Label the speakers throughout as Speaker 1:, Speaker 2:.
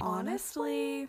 Speaker 1: honestly.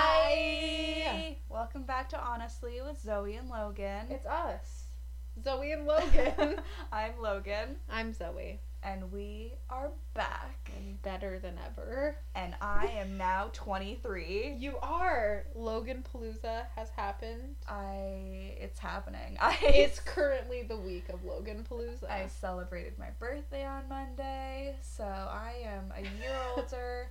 Speaker 2: Hi.
Speaker 3: Welcome back to Honestly with Zoe and Logan.
Speaker 2: It's us, Zoe and Logan.
Speaker 3: I'm Logan,
Speaker 2: I'm Zoe.
Speaker 3: and we are back.
Speaker 2: I'm better than ever.
Speaker 3: And I am now 23.
Speaker 2: You are. Logan Palooza has happened.
Speaker 3: I. It's happening. I.
Speaker 2: It's currently the week of Logan Palooza.
Speaker 3: I celebrated my birthday on Monday, so I am a year older,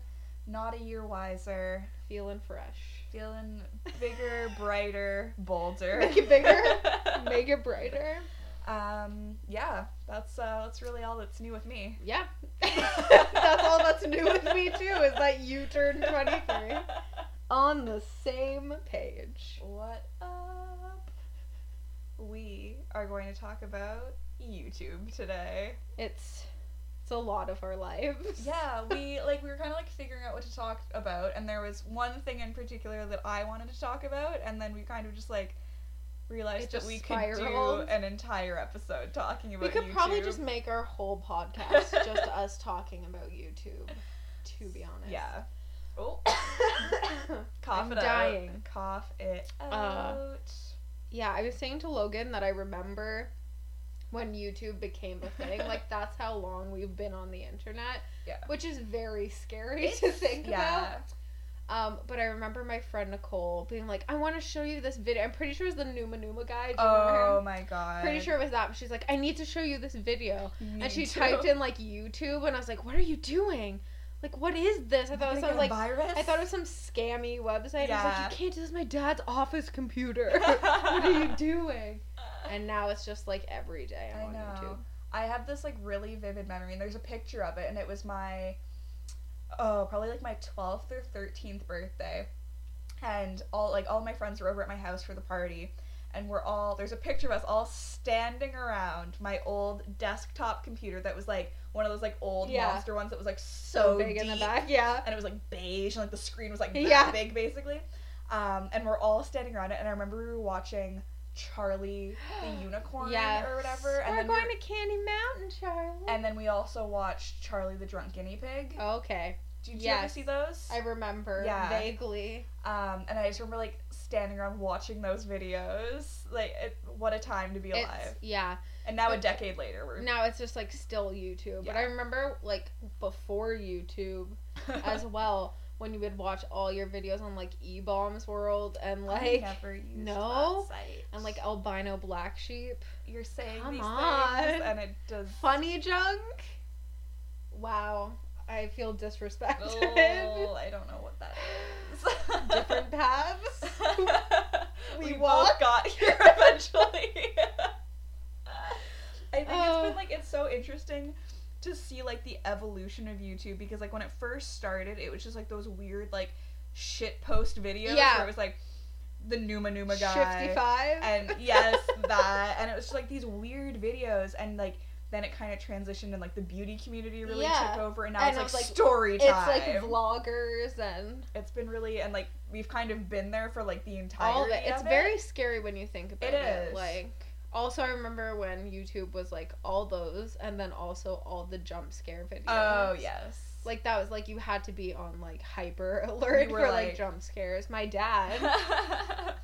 Speaker 3: not a year wiser,
Speaker 2: Feeling fresh.
Speaker 3: feeling bigger, brighter, bolder.
Speaker 2: Make it bigger. Make it brighter.
Speaker 3: Um. Yeah. That's uh. That's really all that's new with me.
Speaker 2: Yeah. that's all that's new with me too is that you turned 23 on the same page.
Speaker 3: What up? We are going to talk about YouTube today.
Speaker 2: It's it's a lot of our lives.
Speaker 3: Yeah, we like we were kind of like figuring out what to talk about, and there was one thing in particular that I wanted to talk about, and then we kind of just like realized
Speaker 2: It
Speaker 3: that
Speaker 2: just
Speaker 3: we could
Speaker 2: spiraled.
Speaker 3: do an entire episode talking about.
Speaker 2: We could probably
Speaker 3: YouTube.
Speaker 2: just make our whole podcast just us talking about YouTube, to be honest.
Speaker 3: yeah. Oh, cough
Speaker 2: I'm
Speaker 3: it
Speaker 2: dying. Uh,
Speaker 3: out. Cough it out.
Speaker 2: yeah, I was saying to Logan that I remember when YouTube became a thing. like, that's how long we've been on the internet.
Speaker 3: Yeah.
Speaker 2: Which is very scary to think
Speaker 3: yeah.
Speaker 2: about. Um, but I remember my friend Nicole being like, I want to show you this video. I'm pretty sure it was the Numa Numa guy. Do you remember
Speaker 3: Oh
Speaker 2: him?
Speaker 3: my god.
Speaker 2: Pretty sure it was that. But she's like, I need to show you this video.
Speaker 3: Me
Speaker 2: and she
Speaker 3: too.
Speaker 2: typed in like YouTube, and I was like, "What are you doing? Like, what is this?" I thought
Speaker 3: They
Speaker 2: it was
Speaker 3: got
Speaker 2: some
Speaker 3: a
Speaker 2: like
Speaker 3: virus?
Speaker 2: I thought it was some scammy website. I was
Speaker 3: Yeah.
Speaker 2: like, "You can't do this. is My dad's office computer. what are you doing?" And now it's just like every day I'm
Speaker 3: I
Speaker 2: on
Speaker 3: know.
Speaker 2: YouTube.
Speaker 3: I have this like really vivid memory, and there's a picture of it, and it was my, oh, probably like my 12th or 13th birthday, and all like all my friends were over at my house for the party, and we're all there's a picture of us all standing around my old desktop computer that was like one of those like old
Speaker 2: Yeah.
Speaker 3: monster ones that was like so,
Speaker 2: So big in the
Speaker 3: deep,
Speaker 2: back, yeah.
Speaker 3: and it was like beige, and like the screen was like that
Speaker 2: Yeah.
Speaker 3: big basically, um, and we're all standing around it, and I remember we were watching. Charlie the unicorn
Speaker 2: Yeah,
Speaker 3: or whatever and
Speaker 2: We're
Speaker 3: then we were-
Speaker 2: going to Candy Mountain, Charlie.
Speaker 3: and then we also watched Charlie the Drunk Guinea Pig.
Speaker 2: okay,
Speaker 3: Did you ever
Speaker 2: Oh, yes.
Speaker 3: see those?
Speaker 2: I remember
Speaker 3: Yeah.
Speaker 2: vaguely.
Speaker 3: um, and I just remember like standing around watching those videos. Like, it, what a time to be
Speaker 2: It's-
Speaker 3: alive!
Speaker 2: yeah.
Speaker 3: and now a
Speaker 2: but-
Speaker 3: decade later, we're
Speaker 2: Now it's just like still YouTube. But
Speaker 3: Yeah.
Speaker 2: I remember like before YouTube. as well when you would watch all your videos on like E Bombs World and
Speaker 3: I
Speaker 2: like
Speaker 3: never used
Speaker 2: no,
Speaker 3: that site.
Speaker 2: and like albino black sheep.
Speaker 3: you're saying
Speaker 2: come
Speaker 3: these
Speaker 2: on.
Speaker 3: things, and it does
Speaker 2: Funny junk. Wow. I feel disrespected.
Speaker 3: Oh, I don't know what that is.
Speaker 2: Different paths.
Speaker 3: Oh we
Speaker 2: We
Speaker 3: both
Speaker 2: walk.
Speaker 3: got here eventually. I think it's
Speaker 2: Oh.
Speaker 3: been like it's so interesting to see like the evolution of YouTube because like when it first started, it was just like those weird like shit post videos
Speaker 2: Yeah.
Speaker 3: where it was like the Numa Numa guy
Speaker 2: Shifty five.
Speaker 3: and yes that and it was just like these weird videos and like. Then it kind of transitioned, and like the beauty community really
Speaker 2: Yeah.
Speaker 3: took over, and now
Speaker 2: And
Speaker 3: it's
Speaker 2: it
Speaker 3: like,
Speaker 2: was, like-
Speaker 3: story time.
Speaker 2: it's like vloggers and
Speaker 3: it's been really, and like we've kind of been there for like the entire.
Speaker 2: all of it. It's very scary when you think
Speaker 3: It
Speaker 2: about it.
Speaker 3: is.
Speaker 2: Like also I remember when YouTube was like all those and then also all the jump scare videos.
Speaker 3: Oh yes.
Speaker 2: Like that was like you had to be on like hyper alert
Speaker 3: You were
Speaker 2: for like,
Speaker 3: like-
Speaker 2: jump scares. My dad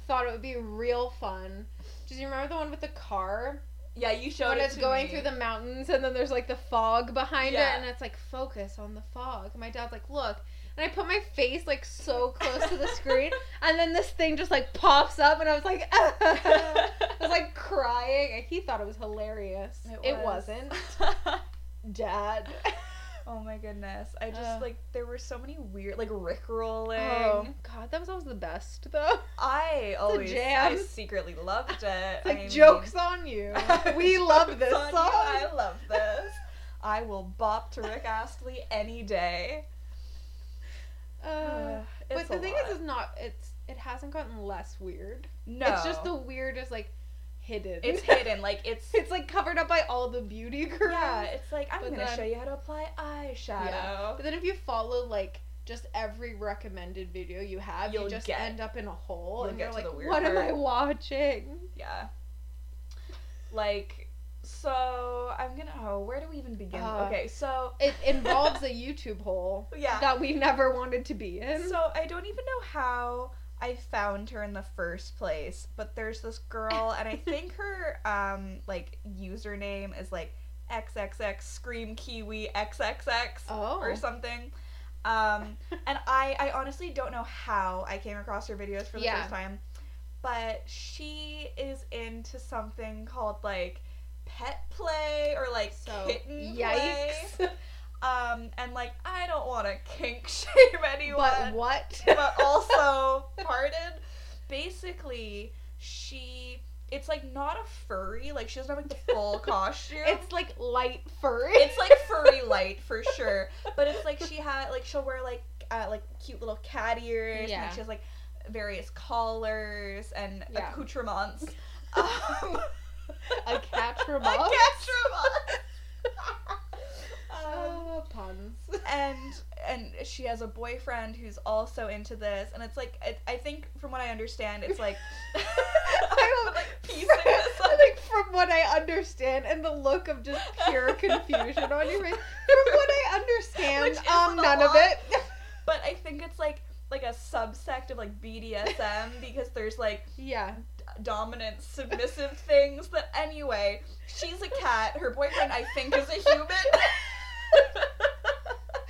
Speaker 2: thought it would be real fun. Do you remember the one with the car
Speaker 3: yeah, you showed
Speaker 2: when
Speaker 3: it
Speaker 2: it's
Speaker 3: to
Speaker 2: going
Speaker 3: me.
Speaker 2: through the mountains and then there's like the fog behind
Speaker 3: Yeah.
Speaker 2: it and it's like focus on the fog. And my dad's like, look, and I put my face like so close to the screen and then this thing just like pops up and I was like, I was like crying. And he thought it was hilarious. It,
Speaker 3: was.
Speaker 2: wasn't, Dad.
Speaker 3: oh my goodness! I just
Speaker 2: Ugh.
Speaker 3: like there were so many weird like rickrolling.
Speaker 2: Oh God, that was always the best though.
Speaker 3: I always I
Speaker 2: jam.
Speaker 3: secretly loved it.
Speaker 2: It's like
Speaker 3: I mean-
Speaker 2: jokes on you. We love
Speaker 3: Jokes
Speaker 2: this
Speaker 3: on
Speaker 2: song.
Speaker 3: you, I love this. I will bop to Rick Astley any day.
Speaker 2: Uh,
Speaker 3: Ugh,
Speaker 2: but
Speaker 3: it's
Speaker 2: the
Speaker 3: a
Speaker 2: thing
Speaker 3: lot.
Speaker 2: is, it's not. It's it hasn't gotten less weird.
Speaker 3: no,
Speaker 2: It's just the weirdest, like hidden.
Speaker 3: it's hidden. Like it's
Speaker 2: it's like covered up by all the beauty curves.
Speaker 3: yeah. It's like I'm
Speaker 2: But
Speaker 3: gonna
Speaker 2: then-
Speaker 3: show you how to apply eyeshadow.
Speaker 2: But then if you follow like just every recommended video you have, you
Speaker 3: You'll
Speaker 2: just
Speaker 3: get-
Speaker 2: end up in a hole,
Speaker 3: you'll
Speaker 2: and
Speaker 3: get
Speaker 2: you're
Speaker 3: to the
Speaker 2: like,
Speaker 3: weird
Speaker 2: "What am I
Speaker 3: part."
Speaker 2: watching?"
Speaker 3: Yeah. Like, so I'm gonna. Oh, where do we even begin?
Speaker 2: Uh,
Speaker 3: okay, so
Speaker 2: It involves a YouTube hole
Speaker 3: yeah.
Speaker 2: that we never wanted to be in.
Speaker 3: So I don't even know how I found her in the first place, but there's this girl, and I think her um like username is like xxx scream kiwi xxx
Speaker 2: oh,
Speaker 3: or something. Um, and I, I honestly don't know how I came across her videos for the
Speaker 2: Yeah.
Speaker 3: first time, but she is into something called like pet play or like
Speaker 2: so
Speaker 3: kitten play.
Speaker 2: yikes!
Speaker 3: Um, and like I don't want to kink shame anyone,
Speaker 2: But what?
Speaker 3: but also pardon. Basically, she it's like not a furry, like she doesn't have like the full costume
Speaker 2: it's like light furry.
Speaker 3: it's like furry light for sure. But it's like she had like she'll wear like uh, like cute little cat ears. And
Speaker 2: Yeah.
Speaker 3: like, she has like various collars and
Speaker 2: Yeah.
Speaker 3: accoutrements. Um,
Speaker 2: a cat
Speaker 3: accoutrements. um,
Speaker 2: Oh, puns.
Speaker 3: and and she has a boyfriend who's also into this, and it's like it, I think from what I understand, it's like
Speaker 2: I
Speaker 3: I'm, like piecing this up.
Speaker 2: I think from what I understand and the look of just pure confusion on your face. From what I understand,
Speaker 3: Which is
Speaker 2: um,
Speaker 3: a
Speaker 2: none of
Speaker 3: lot.
Speaker 2: it.
Speaker 3: But I think it's like like a subsect of like BDSM because there's like
Speaker 2: Yeah.
Speaker 3: dominant submissive things. But anyway, she's a cat. Her boyfriend I think is a human.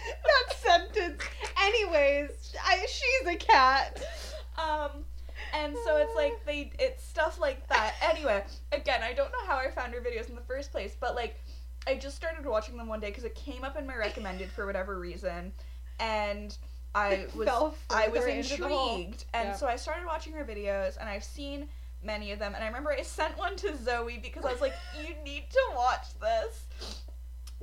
Speaker 2: That sentence. Anyways, I, she's a cat.
Speaker 3: um and so it's like they it's stuff like that. Anyway, again, I don't know how I found her videos in the first place, but like I just started watching them one day cuz it came up in my recommended for whatever reason and I was
Speaker 2: Fell
Speaker 3: I was
Speaker 2: further into the hole.
Speaker 3: intrigued, and
Speaker 2: Yeah.
Speaker 3: so I started watching her videos, and I've seen many of them, and I remember I sent one to Zoe because I was like, "You need to watch this,"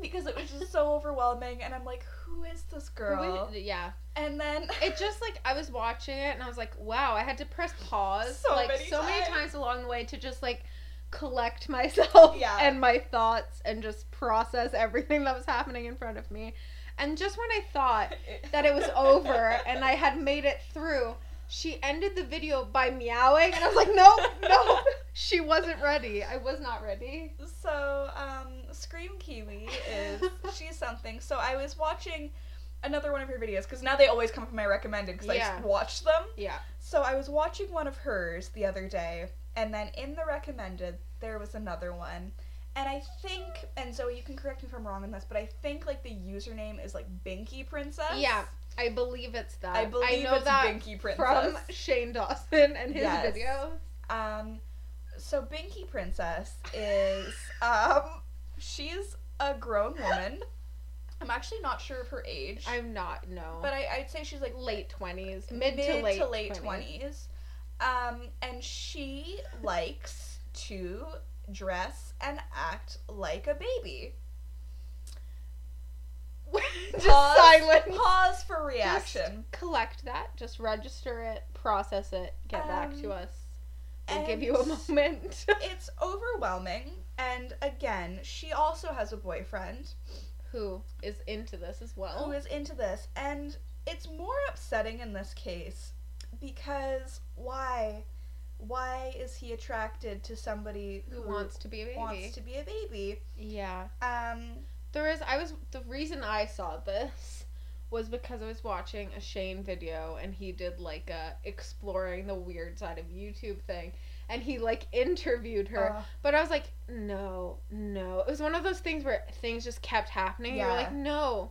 Speaker 3: because it was just so overwhelming, and I'm like, "Who is this girl?"
Speaker 2: Yeah.
Speaker 3: And then
Speaker 2: It just like I was watching it and I was like, wow, I had to press pause
Speaker 3: So
Speaker 2: like
Speaker 3: many
Speaker 2: so many
Speaker 3: times.
Speaker 2: times along the way to just like collect myself
Speaker 3: Yeah.
Speaker 2: and my thoughts and just process everything that was happening in front of me. And just when I thought that it was over and I had made it through, she ended the video by meowing and I was like, no, no. She wasn't ready. I was not ready.
Speaker 3: So, um, Scream Kiwi is she's something. So I was watching another one of her videos because now they always come up in my recommended because I
Speaker 2: Yeah.
Speaker 3: just watch them.
Speaker 2: Yeah.
Speaker 3: So I was watching one of hers the other day, and then in the recommended there was another one. And I think, and Zoe, you can correct me if I'm wrong on this, but I think like the username is like Binky Princess.
Speaker 2: Yeah. I believe it's that.
Speaker 3: I believe
Speaker 2: know
Speaker 3: it's
Speaker 2: that
Speaker 3: Binky Princess.
Speaker 2: from Shane Dawson and his
Speaker 3: Yes.
Speaker 2: videos.
Speaker 3: Um, so Binky Princess is um, she's a grown woman. I'm actually not sure of her age,
Speaker 2: I'm not no.
Speaker 3: but I, I'd say she's like
Speaker 2: late twenties, mid, to late,
Speaker 3: twenties. Um, and she likes to dress and act like a baby.
Speaker 2: Just silent.
Speaker 3: Pause for reaction.
Speaker 2: Collect that. Just register it. Process it. Get back to
Speaker 3: Um,
Speaker 2: us. We'll give
Speaker 3: and
Speaker 2: you a moment.
Speaker 3: It's overwhelming. And again, she also has a boyfriend
Speaker 2: Who is into this as well?
Speaker 3: who is into this, and it's more upsetting in this case because why? Why is he attracted to somebody
Speaker 2: who wants to be a baby?
Speaker 3: wants to be a baby?
Speaker 2: yeah.
Speaker 3: Um,
Speaker 2: There is. I was the reason I saw this was because I was watching a Shane video and he did like a exploring the weird side of YouTube thing, and he like interviewed her.
Speaker 3: uh,
Speaker 2: But I was like, no, no. It was one of those things where things just kept happening. You
Speaker 3: Yeah.
Speaker 2: were like, no,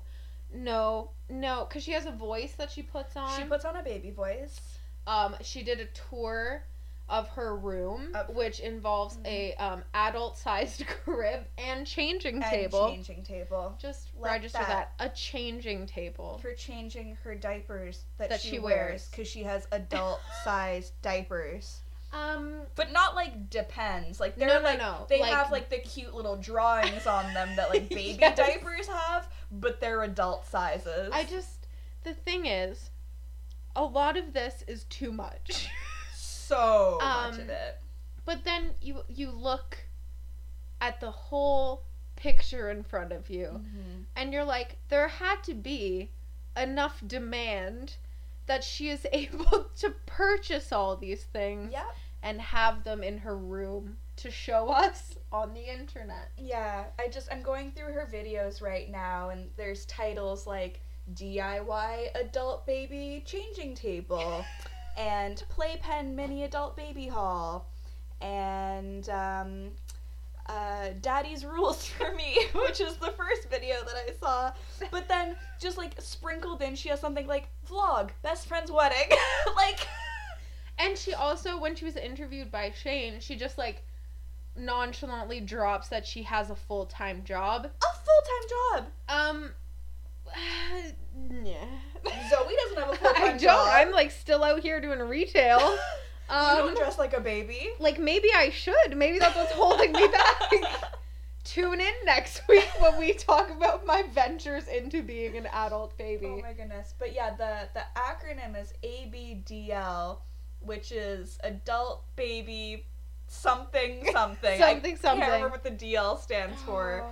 Speaker 2: no, no. Because she has a voice that she puts on.
Speaker 3: She puts on a baby voice.
Speaker 2: um, she did a tour of her room,
Speaker 3: Of- Mm-hmm.
Speaker 2: which involves a um, adult-sized crib and changing table.
Speaker 3: And changing table.
Speaker 2: Just
Speaker 3: Like
Speaker 2: register
Speaker 3: that.
Speaker 2: that. a changing table.
Speaker 3: For changing her diapers that,
Speaker 2: That
Speaker 3: she,
Speaker 2: she
Speaker 3: wears
Speaker 2: wears.
Speaker 3: because she has adult sized diapers.
Speaker 2: Um,
Speaker 3: But not like depends. Like they're
Speaker 2: no,
Speaker 3: like
Speaker 2: no, no.
Speaker 3: they have like the cute little drawings on them that like baby
Speaker 2: Yes.
Speaker 3: diapers have, but they're adult sizes.
Speaker 2: I just the thing is, a lot of this is too much.
Speaker 3: So much
Speaker 2: Um,
Speaker 3: of it.
Speaker 2: but then you you look at the whole picture in front of you
Speaker 3: Mm.
Speaker 2: and you're like there had to be enough demand that she is able to purchase all these things
Speaker 3: Yep.
Speaker 2: and have them in her room to show us on the internet.
Speaker 3: Yeah, I just I'm going through her videos right now and there's titles like DIY adult baby changing table and playpen mini adult baby haul and um uh, Daddy's Rules for Me, which is the first video that I saw. But then, just like sprinkled in, she has something like vlog, best friend's wedding. like,
Speaker 2: And she also, when she was interviewed by Shane, she just like nonchalantly drops that she has a full time job.
Speaker 3: a full time job.
Speaker 2: Um, yeah.
Speaker 3: Zoe doesn't have a full
Speaker 2: I
Speaker 3: time
Speaker 2: don't.
Speaker 3: job.
Speaker 2: I'm like still out here doing retail.
Speaker 3: you don't
Speaker 2: Um,
Speaker 3: dress like a baby.
Speaker 2: like maybe I should. Maybe that's what's holding me back. Tune in next week when we talk about my ventures into being an adult
Speaker 3: Oh
Speaker 2: baby.
Speaker 3: my goodness. But yeah, the the acronym is ABDL, which is adult baby something something. I
Speaker 2: something,
Speaker 3: can't remember
Speaker 2: something.
Speaker 3: what the DL stands for.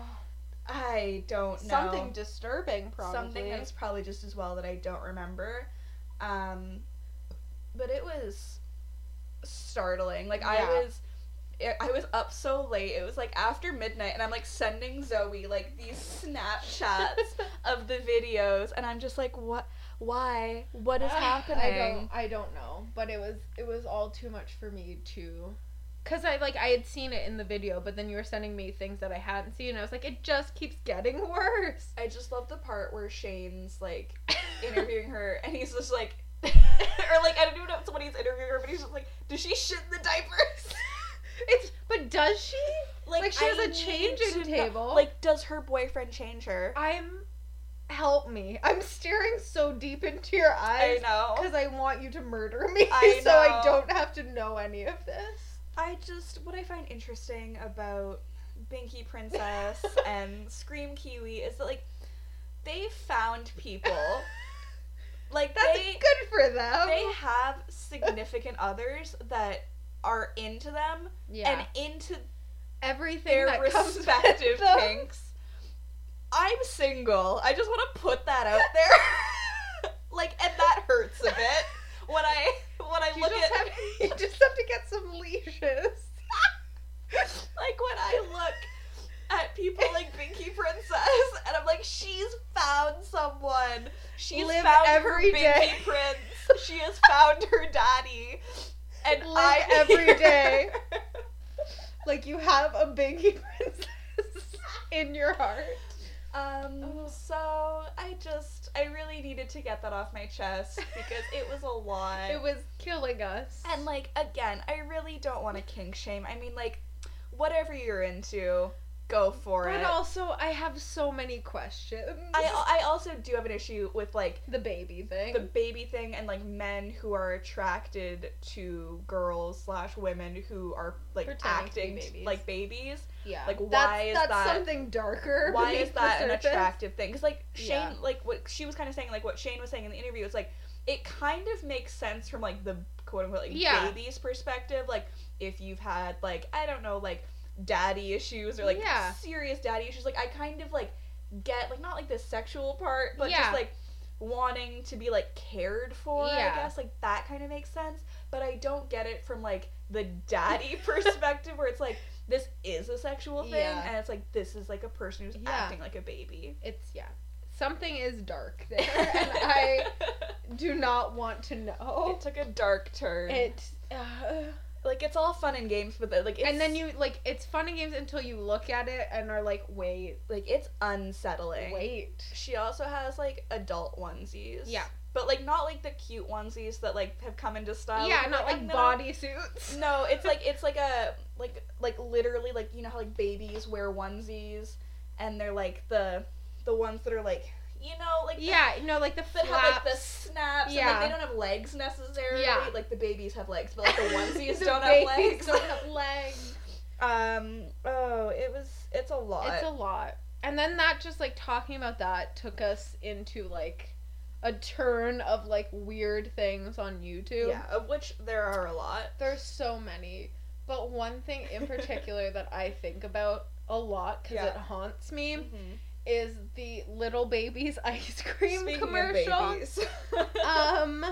Speaker 3: I don't know.
Speaker 2: something disturbing, probably.
Speaker 3: Something that's probably just as well that I don't remember. Um but it was startling. Like
Speaker 2: Yeah.
Speaker 3: I was I- I was up so late. It was like after midnight and I'm like sending Zoe like these snapshots of the videos and I'm just like what why what is happening
Speaker 2: I don't. I don't know. But it was. It was all too much for me to. Cause I like I had seen it in the video, but then you were sending me things that I hadn't seen, and I was like, it just keeps getting worse.
Speaker 3: I just love the part where Shane's like interviewing her and he's just like or like I don't even know if somebody's interviewing her but he's just like does she shit in the diapers
Speaker 2: it's but does she? Like, she has a
Speaker 3: need
Speaker 2: changing
Speaker 3: to know-
Speaker 2: table.
Speaker 3: like does her boyfriend change her
Speaker 2: I'm. Help me! I'm staring so deep into your eyes
Speaker 3: know
Speaker 2: because I want you to murder me,
Speaker 3: I
Speaker 2: so I
Speaker 3: know.
Speaker 2: don't have to know any of this.
Speaker 3: I just what I find interesting about Binky Princess and Scream Kiwi is that like they found people like
Speaker 2: That's
Speaker 3: they
Speaker 2: good for them.
Speaker 3: they have significant others that are into them
Speaker 2: yeah,
Speaker 3: and into
Speaker 2: everything
Speaker 3: their
Speaker 2: that comes with
Speaker 3: respective
Speaker 2: them.
Speaker 3: kinks. I'm single. I just want to put that out there. like, and that hurts a bit when I when I
Speaker 2: You
Speaker 3: look
Speaker 2: just,
Speaker 3: at
Speaker 2: have, you just have to get some leashes.
Speaker 3: like when I look at people like Binky Princess, and I'm like, she's found someone. She's
Speaker 2: Live
Speaker 3: found
Speaker 2: every
Speaker 3: her
Speaker 2: day.
Speaker 3: Binky Prince. She has found her daddy. And
Speaker 2: Live
Speaker 3: i
Speaker 2: every day. Like you have a binky princess in your heart.
Speaker 3: Um,
Speaker 2: Ugh.
Speaker 3: so I just I really needed to get that off my chest because it was a lot.
Speaker 2: It was killing us.
Speaker 3: and like again, I really don't want to kink shame. I mean, like, whatever you're into, go for
Speaker 2: but
Speaker 3: it.
Speaker 2: also, I have so many questions.
Speaker 3: I I also do have an issue with like
Speaker 2: the baby thing.
Speaker 3: the baby thing and like men who are attracted to girls slash women who are like
Speaker 2: Pretending to be
Speaker 3: acting
Speaker 2: babies.
Speaker 3: like babies.
Speaker 2: yeah.
Speaker 3: like,
Speaker 2: that's,
Speaker 3: why is
Speaker 2: that's
Speaker 3: that-
Speaker 2: something darker.
Speaker 3: why
Speaker 2: beneath
Speaker 3: is
Speaker 2: the
Speaker 3: that an
Speaker 2: surface.
Speaker 3: attractive thing? Because like Shane,
Speaker 2: Yeah.
Speaker 3: like what she was kind of saying, like what Shane was saying in the interview, it's like it kind of makes sense from like the quote unquote like
Speaker 2: Yeah.
Speaker 3: baby's perspective. Like if you've had like I don't know like daddy issues or like
Speaker 2: Yeah.
Speaker 3: serious daddy issues, like I kind of like get like not like the sexual part, but
Speaker 2: Yeah.
Speaker 3: just like wanting to be like cared for.
Speaker 2: Yeah.
Speaker 3: I guess like that kind of makes sense. But I don't get it from like the daddy perspective where it's like this is a sexual thing
Speaker 2: Yeah.
Speaker 3: and it's like this is like a person who's
Speaker 2: Yeah.
Speaker 3: acting like a baby
Speaker 2: It's yeah. Something is dark there, and I do not want to know.
Speaker 3: it took a dark turn
Speaker 2: It. Uh,
Speaker 3: like it's all fun and games but the- like it's,
Speaker 2: and then you like it's fun and games until you look at it and are like, wait,
Speaker 3: like it's unsettling
Speaker 2: wait.
Speaker 3: she also has like adult onesies
Speaker 2: Yeah.
Speaker 3: but like not like the cute onesies that like have come into style
Speaker 2: yeah,
Speaker 3: Like,
Speaker 2: not
Speaker 3: I'm
Speaker 2: uh, like
Speaker 3: gonna-
Speaker 2: body suits.
Speaker 3: no it's like it's like a like like literally like you know how like babies wear onesies and they're like the the ones that are like you know like the
Speaker 2: Yeah, no, like the
Speaker 3: that
Speaker 2: flaps.
Speaker 3: have like the snaps and
Speaker 2: Yeah.
Speaker 3: like they don't have legs necessarily.
Speaker 2: Yeah.
Speaker 3: Like the babies have legs, but like the onesies
Speaker 2: The
Speaker 3: don't have legs.
Speaker 2: babies Don't have legs.
Speaker 3: um oh, it was it's a lot.
Speaker 2: It's a lot. And then that just like talking about that took us into like a turn of like weird things on YouTube.
Speaker 3: Yeah, of which there are a lot.
Speaker 2: There's so many, but one thing in particular that I think about a lot because it
Speaker 3: Yeah.
Speaker 2: haunts me is the little babies ice cream
Speaker 3: Speaking of
Speaker 2: commercial.
Speaker 3: babies.
Speaker 2: um,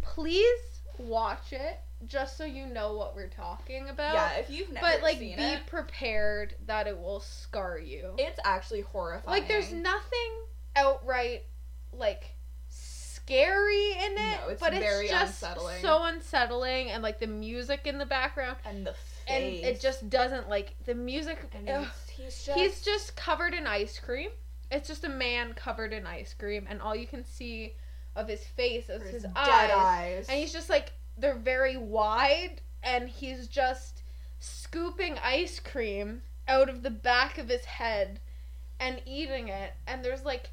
Speaker 2: please watch it just so you know what we're talking about.
Speaker 3: yeah, if you've never
Speaker 2: but like, be
Speaker 3: seen it,
Speaker 2: prepared that it will scar you.
Speaker 3: it's actually horrifying.
Speaker 2: like, there's nothing outright like scary in it,
Speaker 3: No, it's
Speaker 2: but it's
Speaker 3: very
Speaker 2: just
Speaker 3: unsettling.
Speaker 2: so unsettling, and like the music in the background,
Speaker 3: and the
Speaker 2: and
Speaker 3: face.
Speaker 2: it just doesn't like the music.
Speaker 3: and
Speaker 2: ugh.
Speaker 3: he's, he's just
Speaker 2: He's just covered in ice cream. It's just a man covered in ice cream, and all you can see of his face is
Speaker 3: his
Speaker 2: his
Speaker 3: dead
Speaker 2: eyes.
Speaker 3: eyes.
Speaker 2: And he's just like, they're very wide, and he's just scooping ice cream out of the back of his head and eating it. And there's like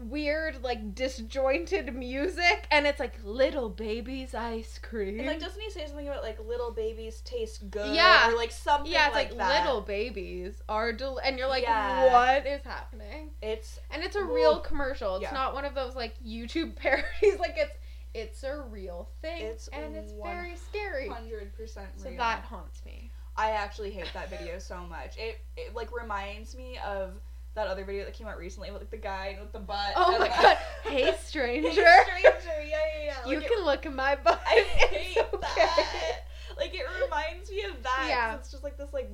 Speaker 2: weird, like disjointed music, and it's like, little baby's ice cream.
Speaker 3: And like, doesn't he say something about like little babies taste good?
Speaker 2: Yeah.
Speaker 3: or like something.
Speaker 2: yeah, it's like,
Speaker 3: that.
Speaker 2: little babies are del- and you're like,
Speaker 3: Yeah.
Speaker 2: what is happening?
Speaker 3: It's
Speaker 2: And it's a
Speaker 3: Ooh.
Speaker 2: real commercial. It's
Speaker 3: Yeah.
Speaker 2: not one of those like YouTube parodies. Like it's it's a real thing.
Speaker 3: It's
Speaker 2: and it's
Speaker 3: one
Speaker 2: very scary.
Speaker 3: hundred percent
Speaker 2: So
Speaker 3: real.
Speaker 2: that haunts me.
Speaker 3: I actually hate that video so much. It it like reminds me of that other video that came out recently with like the guy with the butt.
Speaker 2: Oh
Speaker 3: and
Speaker 2: my
Speaker 3: the-
Speaker 2: god. Hey
Speaker 3: Hey,
Speaker 2: stranger.
Speaker 3: stranger. Yeah, yeah, yeah.
Speaker 2: you
Speaker 3: Like, it-
Speaker 2: can look at my butt.
Speaker 3: I
Speaker 2: It's
Speaker 3: hate
Speaker 2: okay.
Speaker 3: that. Like it reminds me of that. 'cause
Speaker 2: Yeah.
Speaker 3: It's just like this like.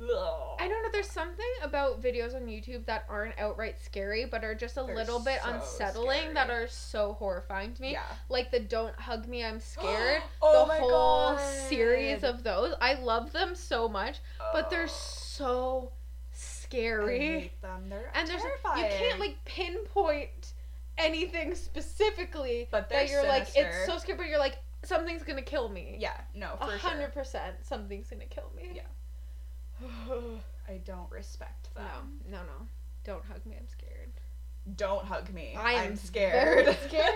Speaker 3: ugh.
Speaker 2: I don't know. There's something about videos on YouTube that aren't outright scary, but are just a
Speaker 3: They're
Speaker 2: little bit
Speaker 3: so
Speaker 2: unsettling that
Speaker 3: scary.
Speaker 2: are so horrifying to me.
Speaker 3: Yeah.
Speaker 2: Like the "Don't Hug Me, I'm Scared."
Speaker 3: oh
Speaker 2: the
Speaker 3: my
Speaker 2: whole
Speaker 3: God.
Speaker 2: series of those. I love them so much. but they're
Speaker 3: Oh.
Speaker 2: so
Speaker 3: I
Speaker 2: scary.
Speaker 3: hate them. They're
Speaker 2: And there's
Speaker 3: terrifying.
Speaker 2: you can't like pinpoint anything specifically
Speaker 3: But they're
Speaker 2: that you're like
Speaker 3: sinister.
Speaker 2: it's so scary, but you're like something's gonna kill me.
Speaker 3: Yeah, no,
Speaker 2: a
Speaker 3: for sure.
Speaker 2: hundred percent something's gonna kill me.
Speaker 3: Yeah.
Speaker 2: no,
Speaker 3: I don't respect them.
Speaker 2: no, no. Don't hug me, I'm scared.
Speaker 3: Don't hug me.
Speaker 2: I am
Speaker 3: I'm scared.
Speaker 2: very scared.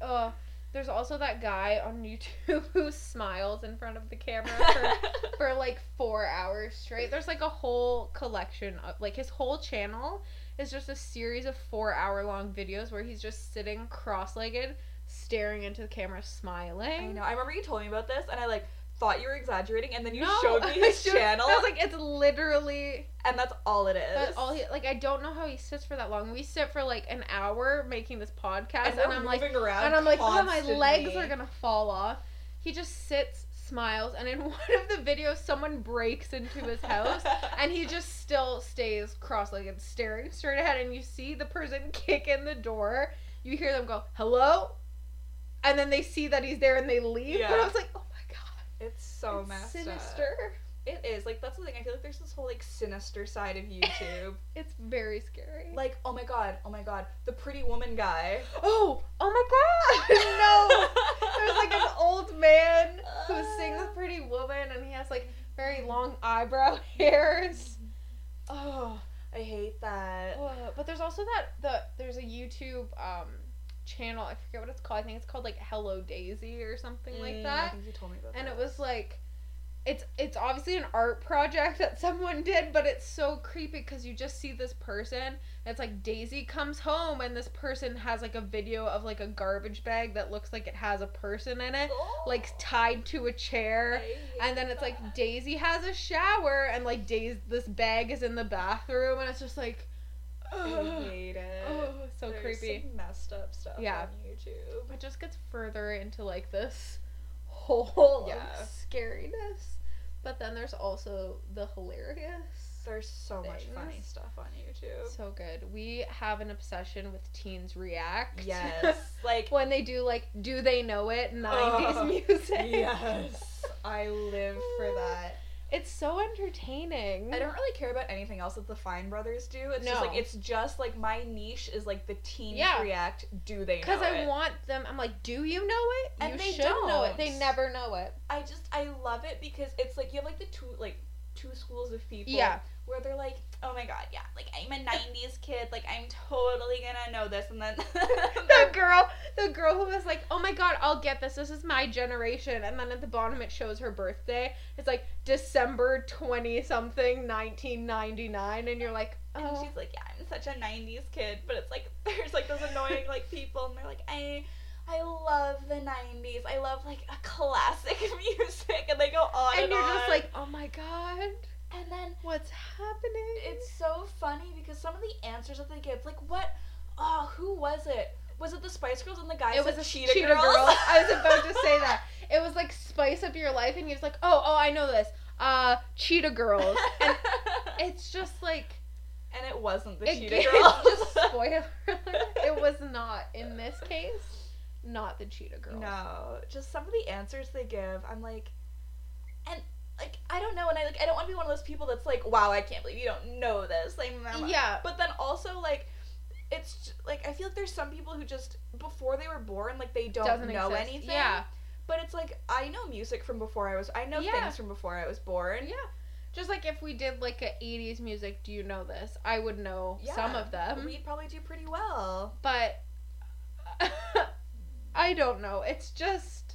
Speaker 2: Uh there's also that guy on YouTube who smiles in front of the camera for for like four hours straight. There's like a whole collection of like his whole channel is just a series of four hour long videos where he's just sitting cross legged, staring into the camera,
Speaker 3: I
Speaker 2: smiling.
Speaker 3: know. I remember you told me about this, and I like thought you were exaggerating, and then you
Speaker 2: No,
Speaker 3: showed me
Speaker 2: I
Speaker 3: his
Speaker 2: showed-
Speaker 3: channel,
Speaker 2: I was like, it's literally
Speaker 3: and that's all it is.
Speaker 2: that's all he like. I don't know how he sits for that long. We sit for like an hour making this podcast,
Speaker 3: and,
Speaker 2: and,
Speaker 3: we're
Speaker 2: I'm like,
Speaker 3: moving around
Speaker 2: and I'm like, oh, my
Speaker 3: constantly.
Speaker 2: legs are gonna fall off. He just sits, smiles, and in one of the videos, someone breaks into his house. and he just still stays cross-legged staring straight ahead and you see the person kick in the door you hear them go hello and then they see that he's there and they leave
Speaker 3: Yeah.
Speaker 2: and i was like oh my god
Speaker 3: it's so
Speaker 2: it's
Speaker 3: messed up.
Speaker 2: sinister
Speaker 3: It is like that's the thing. I feel like there's this whole like sinister side of YouTube.
Speaker 2: it's very scary
Speaker 3: like, oh my god, oh my god, the pretty woman guy.
Speaker 2: oh oh my god no there's like an old man who sings pretty woman and he has like very long eyebrow hairs oh
Speaker 3: I hate that.
Speaker 2: Ugh, but there's also that the there's a YouTube um channel I forget what it's called I think it's called like Hello Daisy or something like
Speaker 3: Mm, I
Speaker 2: that
Speaker 3: think you told me about
Speaker 2: and
Speaker 3: that.
Speaker 2: it was like it's it's obviously an art project that someone did but it's so creepy because you just see this person and it's like Daisy comes home and this person has like a video of like a garbage bag that looks like it has a person in it
Speaker 3: Oh,
Speaker 2: like tied to a chair and then it's like Daisy has a shower, and like Daisy, this bag is in the bathroom, and it's just like,
Speaker 3: I
Speaker 2: ugh,
Speaker 3: hate it.
Speaker 2: oh, so
Speaker 3: There's
Speaker 2: creepy.
Speaker 3: Some messed up stuff
Speaker 2: Yeah.
Speaker 3: on YouTube.
Speaker 2: It just gets further into like this whole
Speaker 3: Yeah.
Speaker 2: of scariness, but then there's also the hilarious.
Speaker 3: There's so much funny
Speaker 2: Things.
Speaker 3: stuff on YouTube.
Speaker 2: So good. We have an obsession with teens react.
Speaker 3: Yes, like
Speaker 2: when they do like, do they know it? Nineties
Speaker 3: Oh,
Speaker 2: music.
Speaker 3: yes, I live for that.
Speaker 2: It's so entertaining.
Speaker 3: I don't really care about anything else that the Fine Brothers do. It's just
Speaker 2: No.
Speaker 3: like it's just like my niche is like the teens
Speaker 2: Yeah.
Speaker 3: react. Do they?
Speaker 2: Because
Speaker 3: know
Speaker 2: I
Speaker 3: it?
Speaker 2: want them. I'm like, do you know it?
Speaker 3: And
Speaker 2: you
Speaker 3: they
Speaker 2: should know it. They
Speaker 3: don't.
Speaker 2: never know it.
Speaker 3: I just I love it because it's like you have like the two like two schools of people.
Speaker 2: Yeah.
Speaker 3: Where they're like, oh my god, yeah, like I'm a '90s kid, like I'm totally gonna know this, and then
Speaker 2: The girl, the girl who was like, oh my god, I'll get this. This is my generation. And then at the bottom it shows her birthday. It's like December twenty something, nineteen ninety nine, and you're like,
Speaker 3: and
Speaker 2: oh,
Speaker 3: she's like, yeah, I'm such a '90s kid, but it's like there's like those annoying like people, and they're like, I, I love the '90s. I love like a classic music, and they go on and,
Speaker 2: and you're
Speaker 3: on.
Speaker 2: just like, oh my god,
Speaker 3: and then
Speaker 2: what's happening?
Speaker 3: it's so funny because some of the answers that they give, like what, oh, who was it? Was it the Spice Girls and the guys?
Speaker 2: it was
Speaker 3: at
Speaker 2: a
Speaker 3: Cheetah,
Speaker 2: cheetah, girl. I was about to say that. It was like spice up your life, and you're just like, oh, oh, I know this. Uh, cheetah girls. And it's just like
Speaker 3: and it wasn't the
Speaker 2: it
Speaker 3: Cheetah
Speaker 2: gave-
Speaker 3: Girls.
Speaker 2: just spoiler. alert, it was not in this case, not the cheetah girls.
Speaker 3: No, just some of the answers they give, I'm like, and like I don't know, and I like I don't want to be one of those people that's like, wow, I can't believe you don't know this. Like, blah, blah.
Speaker 2: Yeah.
Speaker 3: But then also like, it's j- like I feel like there's some people who just before they were born, like they don't
Speaker 2: Doesn't
Speaker 3: know
Speaker 2: exist.
Speaker 3: anything.
Speaker 2: Yeah.
Speaker 3: But it's like I know music from before I was. I know
Speaker 2: Yeah.
Speaker 3: things from before I was born.
Speaker 2: Yeah. Just like if we did like a 80s music, do you know this? I would know some of them.
Speaker 3: We'd Uh, probably do pretty well.
Speaker 2: but I don't know. It's just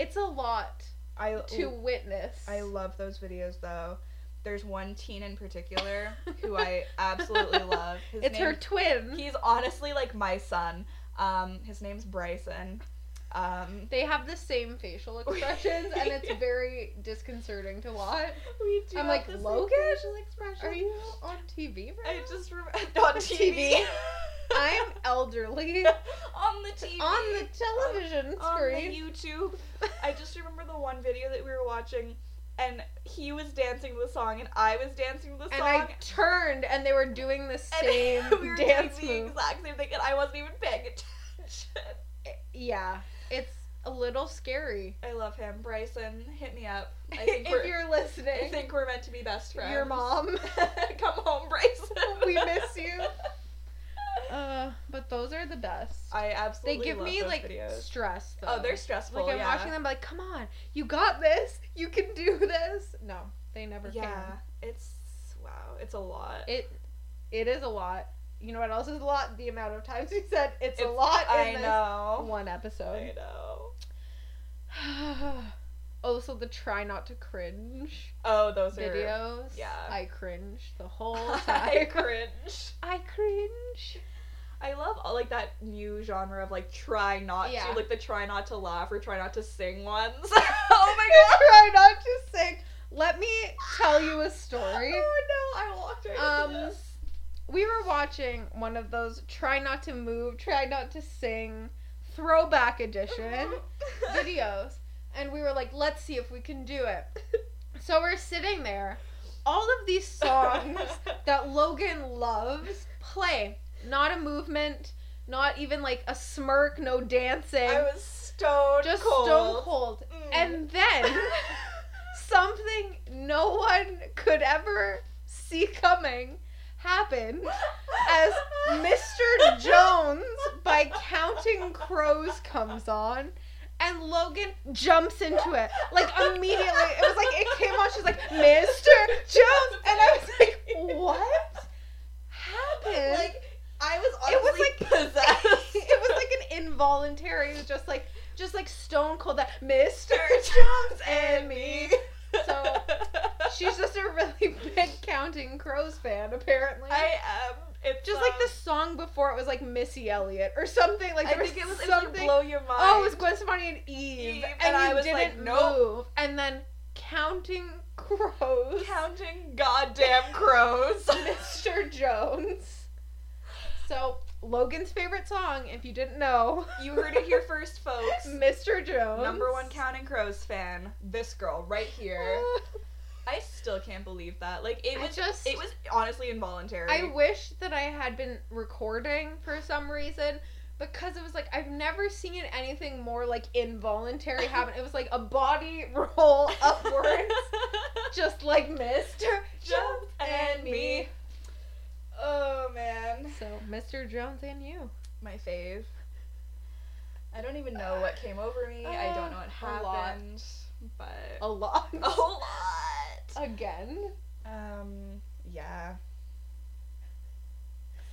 Speaker 2: it's a lot
Speaker 3: I
Speaker 2: to witness.
Speaker 3: I love those videos though. There's one teen in particular who I absolutely love. His
Speaker 2: It's her
Speaker 3: name-
Speaker 2: twin.
Speaker 3: He's honestly like my son. Um, his name's Bryson. Um,
Speaker 2: they have the same facial expressions, and it's very disconcerting to watch.
Speaker 3: we do.
Speaker 2: I'm
Speaker 3: have
Speaker 2: like,
Speaker 3: the same
Speaker 2: "Logan?
Speaker 3: facial expression.
Speaker 2: Are you on TV
Speaker 3: I
Speaker 2: right now?
Speaker 3: just remember on TV.
Speaker 2: I'm elderly
Speaker 3: on the TV.
Speaker 2: on the
Speaker 3: on
Speaker 2: television
Speaker 3: the
Speaker 2: screen.
Speaker 3: YouTube. I just remember the one video that we were watching, and he was dancing to the song, and I was dancing to the
Speaker 2: and
Speaker 3: song.
Speaker 2: I turned, and they were doing the
Speaker 3: and
Speaker 2: same
Speaker 3: we were
Speaker 2: dance
Speaker 3: doing the
Speaker 2: move.
Speaker 3: exact same thing, and I wasn't even paying attention.
Speaker 2: Yeah, it's a little scary.
Speaker 3: I love him, Bryson. Hit me up. I think
Speaker 2: if
Speaker 3: we're.
Speaker 2: you're
Speaker 3: I
Speaker 2: listening,
Speaker 3: think we're meant to be best friends.
Speaker 2: your mom.
Speaker 3: Come home, Bryson.
Speaker 2: We miss you. Uh, but those are the best.
Speaker 3: I
Speaker 2: they
Speaker 3: absolutely
Speaker 2: give
Speaker 3: love
Speaker 2: me
Speaker 3: those
Speaker 2: like
Speaker 3: videos.
Speaker 2: stress. Though.
Speaker 3: Oh, they're stressful.
Speaker 2: Like I'm
Speaker 3: yeah.
Speaker 2: watching them, like, come on, you got this, you can do this. No, they never
Speaker 3: Yeah,
Speaker 2: can.
Speaker 3: it's wow, it's a lot.
Speaker 2: It, it is a lot. You know what else is a lot? The amount of times we said it's, a lot in
Speaker 3: I
Speaker 2: this
Speaker 3: know.
Speaker 2: one
Speaker 3: I
Speaker 2: episode.
Speaker 3: know.
Speaker 2: also, Oh, the try not to cringe
Speaker 3: Oh, those are.
Speaker 2: videos.
Speaker 3: yeah.
Speaker 2: I cringe the whole time.
Speaker 3: I cringe.
Speaker 2: I cringe.
Speaker 3: I love all, like that new genre of like try not
Speaker 2: Yeah.
Speaker 3: to like the try not to laugh or try not to sing ones. oh my god.
Speaker 2: try not to sing. Let me tell you a story.
Speaker 3: Oh no, I walked right
Speaker 2: Um,
Speaker 3: into this.
Speaker 2: we were watching one of those try not to move, try not to sing, throwback edition videos, and we were like, let's see if we can do it. So we're sitting there, all of these songs that Logan loves play. Not a movement, not even like a smirk, no dancing,
Speaker 3: I was stone
Speaker 2: just
Speaker 3: cold.
Speaker 2: stone cold.
Speaker 3: Mm.
Speaker 2: And then something no one could ever see coming happened. as Mr. Jones by Counting Crows comes on. And Logan jumps into it. Like immediately. It was like it came on, she's like, Mr. Jones and I was like, What happened?
Speaker 3: Like I was
Speaker 2: It was,
Speaker 3: honestly
Speaker 2: like-
Speaker 3: possessed.
Speaker 2: it was like an involuntary, it was just like just like stone cold that Mr.
Speaker 3: Jones
Speaker 2: and me. So, She's just a really big Counting Crows fan, apparently.
Speaker 3: I am. It's
Speaker 2: Just like
Speaker 3: um,
Speaker 2: the song before it was like Missy Elliott or something. Like
Speaker 3: I
Speaker 2: there
Speaker 3: think
Speaker 2: was
Speaker 3: it was, it was
Speaker 2: something.
Speaker 3: like blow your mind.
Speaker 2: oh, it was Gwen Stefani and Eve,
Speaker 3: Eve,
Speaker 2: and,
Speaker 3: and I
Speaker 2: you
Speaker 3: was
Speaker 2: didn't
Speaker 3: like, nope.
Speaker 2: move. And then counting crows,
Speaker 3: counting goddamn crows.
Speaker 2: Mr. Jones. So Logan's favorite song, if you didn't know,
Speaker 3: you heard it here first, folks.
Speaker 2: Mr. Jones,
Speaker 3: Number one counting crows fan. This girl right here. I still can't believe that. Like it
Speaker 2: Oh. I
Speaker 3: was
Speaker 2: just-
Speaker 3: it was honestly involuntary.
Speaker 2: I wish that I had been recording for some reason because it was like I've never seen anything more like involuntary happen. It was like a body roll upwards, just like Mr.
Speaker 3: Jones
Speaker 2: Jones
Speaker 3: and me. Oh man.
Speaker 2: So Mr. Jones and you.
Speaker 3: My fave. I don't even know what came over me. I don't know what
Speaker 2: Uh, A lot.
Speaker 3: happened. But
Speaker 2: A lot.
Speaker 3: a lot.
Speaker 2: Again.
Speaker 3: Um yeah.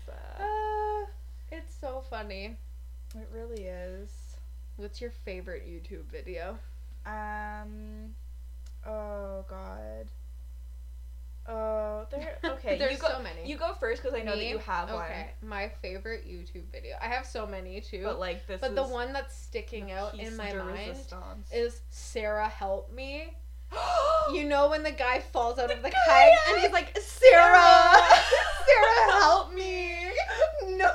Speaker 3: So,
Speaker 2: Uh, it's so funny.
Speaker 3: it really is.
Speaker 2: What's your favorite YouTube video?
Speaker 3: Um. Oh God. Uh, there. Okay,
Speaker 2: There's
Speaker 3: you go.
Speaker 2: so many.
Speaker 3: You go first because I know that
Speaker 2: Me?
Speaker 3: you have one.
Speaker 2: Okay, my favorite YouTube video. I have so many too,
Speaker 3: But like this.
Speaker 2: but the
Speaker 3: is
Speaker 2: one that's sticking
Speaker 3: the
Speaker 2: out in
Speaker 3: piece
Speaker 2: my
Speaker 3: de
Speaker 2: mind
Speaker 3: resistance.
Speaker 2: is Sarah help me.
Speaker 3: you
Speaker 2: You know when the guy falls out
Speaker 3: The
Speaker 2: of the kayak
Speaker 3: kayak!
Speaker 2: and he's like Sarah,
Speaker 3: Sarah!
Speaker 2: Sarah help me. No,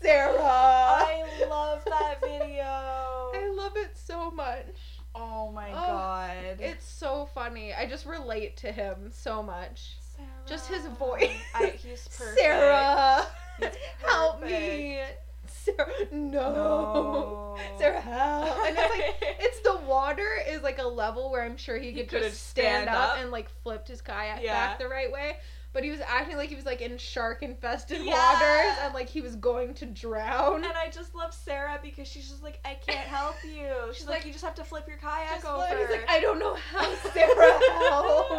Speaker 2: Sarah.
Speaker 3: I love that video.
Speaker 2: I love it so much.
Speaker 3: oh my
Speaker 2: Oh,
Speaker 3: god.
Speaker 2: It's so funny. I just relate to him so much.
Speaker 3: Sarah.
Speaker 2: just his voice.
Speaker 3: I, he's perfect.
Speaker 2: Sarah,
Speaker 3: He's
Speaker 2: help
Speaker 3: perfect.
Speaker 2: me. Sarah, no.
Speaker 3: No.
Speaker 2: Sarah, help. And it's like, it's the water is like a level where I'm sure he
Speaker 3: He
Speaker 2: could
Speaker 3: could've
Speaker 2: just stand,
Speaker 3: stand
Speaker 2: up,
Speaker 3: up.
Speaker 2: and like flipped his kayak
Speaker 3: Yeah.
Speaker 2: back the right way. But he was acting like he was like in shark infested
Speaker 3: Yeah.
Speaker 2: waters and like he was going to drown.
Speaker 3: And I just love Sarah because she's just like, I can't help you. She's, like,
Speaker 2: like,
Speaker 3: you just have to flip your kayak
Speaker 2: Just
Speaker 3: over.
Speaker 2: like- he's like, I don't know how, Sarah, help.